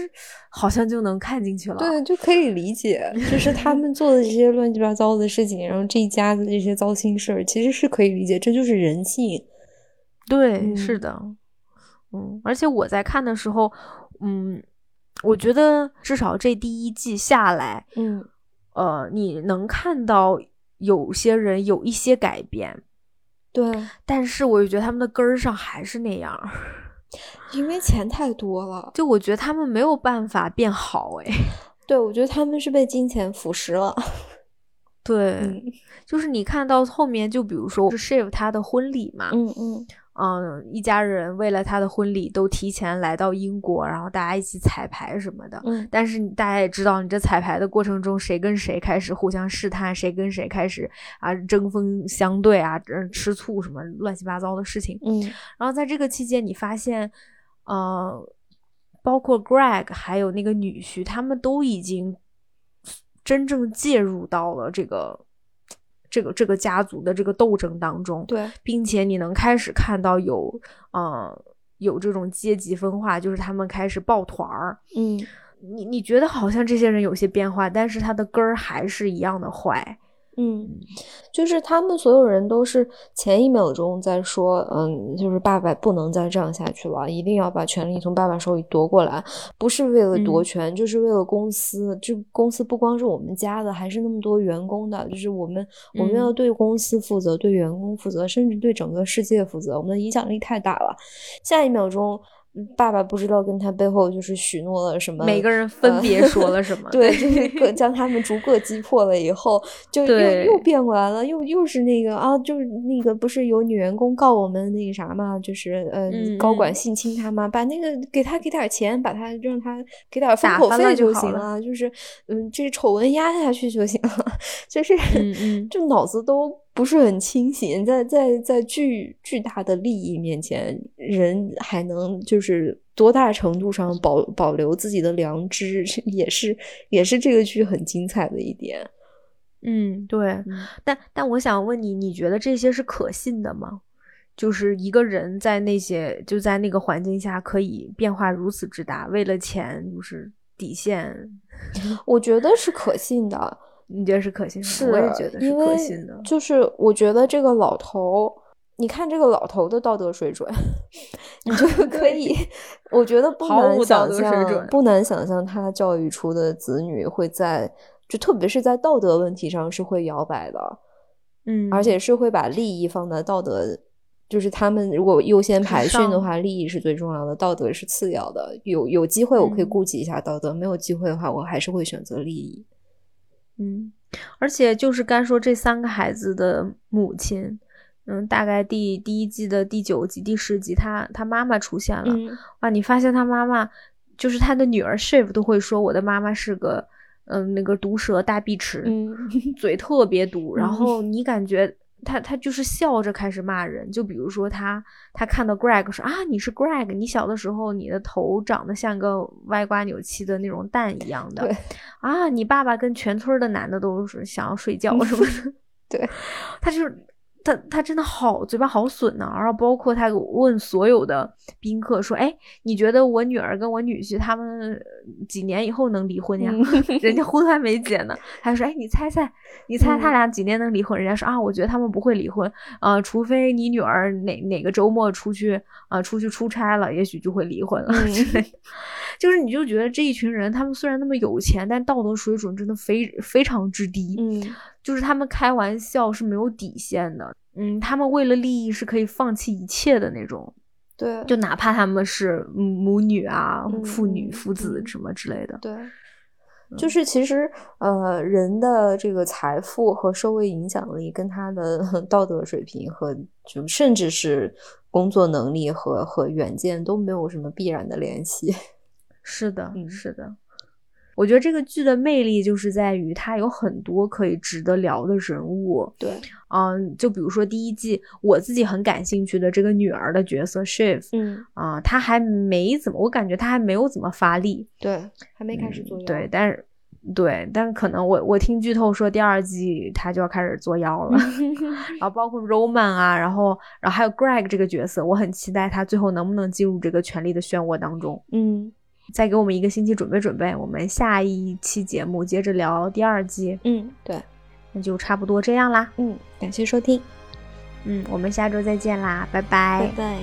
Speaker 1: 好像就能看进去了。
Speaker 2: 对，就可以 理解，就是他们做的这些乱七八糟的事情，然后这一家子这些糟心事儿，其实是可以理解，这就是人性。
Speaker 1: 对，
Speaker 2: 嗯
Speaker 1: 是的，嗯，而且我在看的时候，嗯，我觉得至少这第一季下来，
Speaker 2: 嗯
Speaker 1: 呃，你能看到有些人有一些改变，，
Speaker 2: 对，
Speaker 1: 但是我又觉得他们的根儿上还是那样儿，
Speaker 2: 因为钱太多了，
Speaker 1: 就我觉得他们没有办法变好，哎，
Speaker 2: 对我觉得他们是被金钱腐蚀了。
Speaker 1: 对，
Speaker 2: 嗯
Speaker 1: 就是你看到后面，就比如说是 Shiv 他的婚礼嘛，
Speaker 2: 嗯嗯
Speaker 1: 嗯，一家人为了他的婚礼都提前来到英国，然后大家一起彩排什么的。
Speaker 2: 嗯，
Speaker 1: 但是你大家也知道，你这彩排的过程中，谁跟谁开始互相试探，谁跟谁开始啊针锋相对啊，呃吃醋什么乱七八糟的事情。
Speaker 2: 嗯
Speaker 1: 然后在这个期间，你发现，呃，包括 Greg 还有那个女婿，他们都已经真正介入到了这个这个这个家族的这个斗争当中，
Speaker 2: 对，
Speaker 1: 并且你能开始看到有，呃，有这种阶级分化，就是他们开始抱团儿。
Speaker 2: 嗯
Speaker 1: 你你觉得好像这些人有些变化，但是他的根儿还是一样的坏。
Speaker 2: 嗯，就是他们所有人都是前一秒钟在说，嗯，就是爸爸不能再这样下去了，一定要把权力从爸爸手里夺过来，不是为了夺
Speaker 1: 嗯
Speaker 2: 权，就是为了公司。这公司不光是我们家的，还是那么多员工的，就是我们我们要
Speaker 1: 嗯
Speaker 2: 对公司负责，对员工负责，甚至对整个世界负责，我们的影响力太大了。下一秒钟，嗯爸爸不知道跟他背后就是许诺了什么，
Speaker 1: 每个人分
Speaker 2: 呃
Speaker 1: 别说了什么？
Speaker 2: 对，就是 各将他们逐个击破了以后，就又
Speaker 1: 对
Speaker 2: 又变过来了，又又是那个啊，就是那个不是有女员工告我们那个啥嘛，就是呃、
Speaker 1: 嗯
Speaker 2: 高管
Speaker 1: 嗯
Speaker 2: 性侵他嘛，把那个给他给点钱，把他让他给点封
Speaker 1: 打
Speaker 2: 口
Speaker 1: 发
Speaker 2: 费
Speaker 1: 了就
Speaker 2: 就
Speaker 1: 好
Speaker 2: 行
Speaker 1: 了
Speaker 2: 了，就是嗯这丑闻压下去就行了， 就是
Speaker 1: 嗯嗯
Speaker 2: 就脑子都不是很清醒，在在在巨巨大的利益面前，人还能就是多大程度上保保留自己的良知，也是也是这个剧很精彩的一点。
Speaker 1: 嗯，对。但但我想问你，你觉得这些是可信的吗？就是一个人在那些就在那个环境下可以变化如此之大，为了钱就是底线，
Speaker 2: 我觉得是可信的，
Speaker 1: 你觉得是可信的吗？嗯
Speaker 2: 是
Speaker 1: 我也觉得是
Speaker 2: 因
Speaker 1: 可
Speaker 2: 为
Speaker 1: 信的。
Speaker 2: 就是我觉得这个老头，你看这个老头的道德水准， 你 就可
Speaker 1: 对
Speaker 2: 以，我觉得不
Speaker 1: 毫
Speaker 2: 难
Speaker 1: 无道
Speaker 2: 想
Speaker 1: 德水
Speaker 2: 象
Speaker 1: 准，
Speaker 2: 不难想象他教育出的子女会在，就特别是在道德问题上是会摇摆的，
Speaker 1: 嗯，
Speaker 2: 而且是会把利益放在道德。就是他们如果优先
Speaker 1: 至
Speaker 2: 排序的
Speaker 1: 上
Speaker 2: 话，利益是最重要的，道德是次要的。有有机会我可以
Speaker 1: 嗯
Speaker 2: 顾及一下道德，没有机会的话，我还是会选择利益。
Speaker 1: 嗯，而且就是该说这三个孩子的母亲，嗯，大概第第一季的第九集、第十集，她她妈妈出现了。啊，你发现他妈妈就是他的女儿 Shiv 都会说我的妈妈是个嗯那个毒舌大碧池，
Speaker 2: 嗯
Speaker 1: 嘴特别毒，然
Speaker 2: 嗯
Speaker 1: 后你感觉。他他就是笑着开始骂人，就比如说他他看到 Greg 说啊你是 Greg，你小的时候你的头长得像个歪瓜扭曲的那种蛋一样的
Speaker 2: 对，
Speaker 1: 啊你爸爸跟全村的男的都是想要睡觉什么的，
Speaker 2: 嗯对，
Speaker 1: 他就是他他真的好嘴巴好损呐、然后包括他问所有的宾客说：“哎，你觉得我女儿跟我女婿他们几年以后能离婚
Speaker 2: 嗯
Speaker 1: 呀？ 人家婚还没结呢。”他说：“哎，你猜猜，你猜
Speaker 2: 嗯
Speaker 1: 他俩几年能离婚？”人家说：“啊，我觉得他们不会离婚，呃，除非你女儿哪哪个周末出去啊、呃出去出差了，也许就会离婚了。
Speaker 2: 嗯
Speaker 1: 之类的。就是你就觉得这一群人，他们虽然那么有钱，但道德水准真的非非常之低。
Speaker 2: 嗯
Speaker 1: 就是他们开玩笑是没有底线的，嗯，他们为了利益是可以放弃一切的那种，
Speaker 2: 对
Speaker 1: 就哪怕他们是母母女啊、
Speaker 2: 嗯
Speaker 1: 父女、
Speaker 2: 嗯
Speaker 1: 父子
Speaker 2: 嗯
Speaker 1: 什么之类的，
Speaker 2: 对，就是其实呃，人的这个财富和社会影响力跟他的 道德水平和就甚至是工作能力和和远见都没有什么必然的联系。
Speaker 1: 是的，
Speaker 2: 嗯
Speaker 1: 是的。我觉得这个剧的魅力就是在于它有很多可以值得聊的人物，
Speaker 2: 对，
Speaker 1: 嗯，就比如说第一季我自己很感兴趣的这个女儿的角色 Shiv，
Speaker 2: 嗯，
Speaker 1: 啊、她还没怎么，我感觉她还没有怎么发力，
Speaker 2: 对，还没开始
Speaker 1: 嗯
Speaker 2: 作用。
Speaker 1: 对，但是对，但可能我我听剧透说第二季他就要开始作妖 了，然后包括 Roman 啊，然后然后还有 Greg 这个角色，我很期待他最后能不能进入这个权力的漩涡当中。
Speaker 2: 嗯
Speaker 1: 再给我们一个星期准备准备，我们下一期节目接着聊第二季，
Speaker 2: 嗯，对，
Speaker 1: 那就差不多这样啦。
Speaker 2: 嗯，感谢收听，
Speaker 1: 嗯，我们下周再见啦，拜
Speaker 2: 拜拜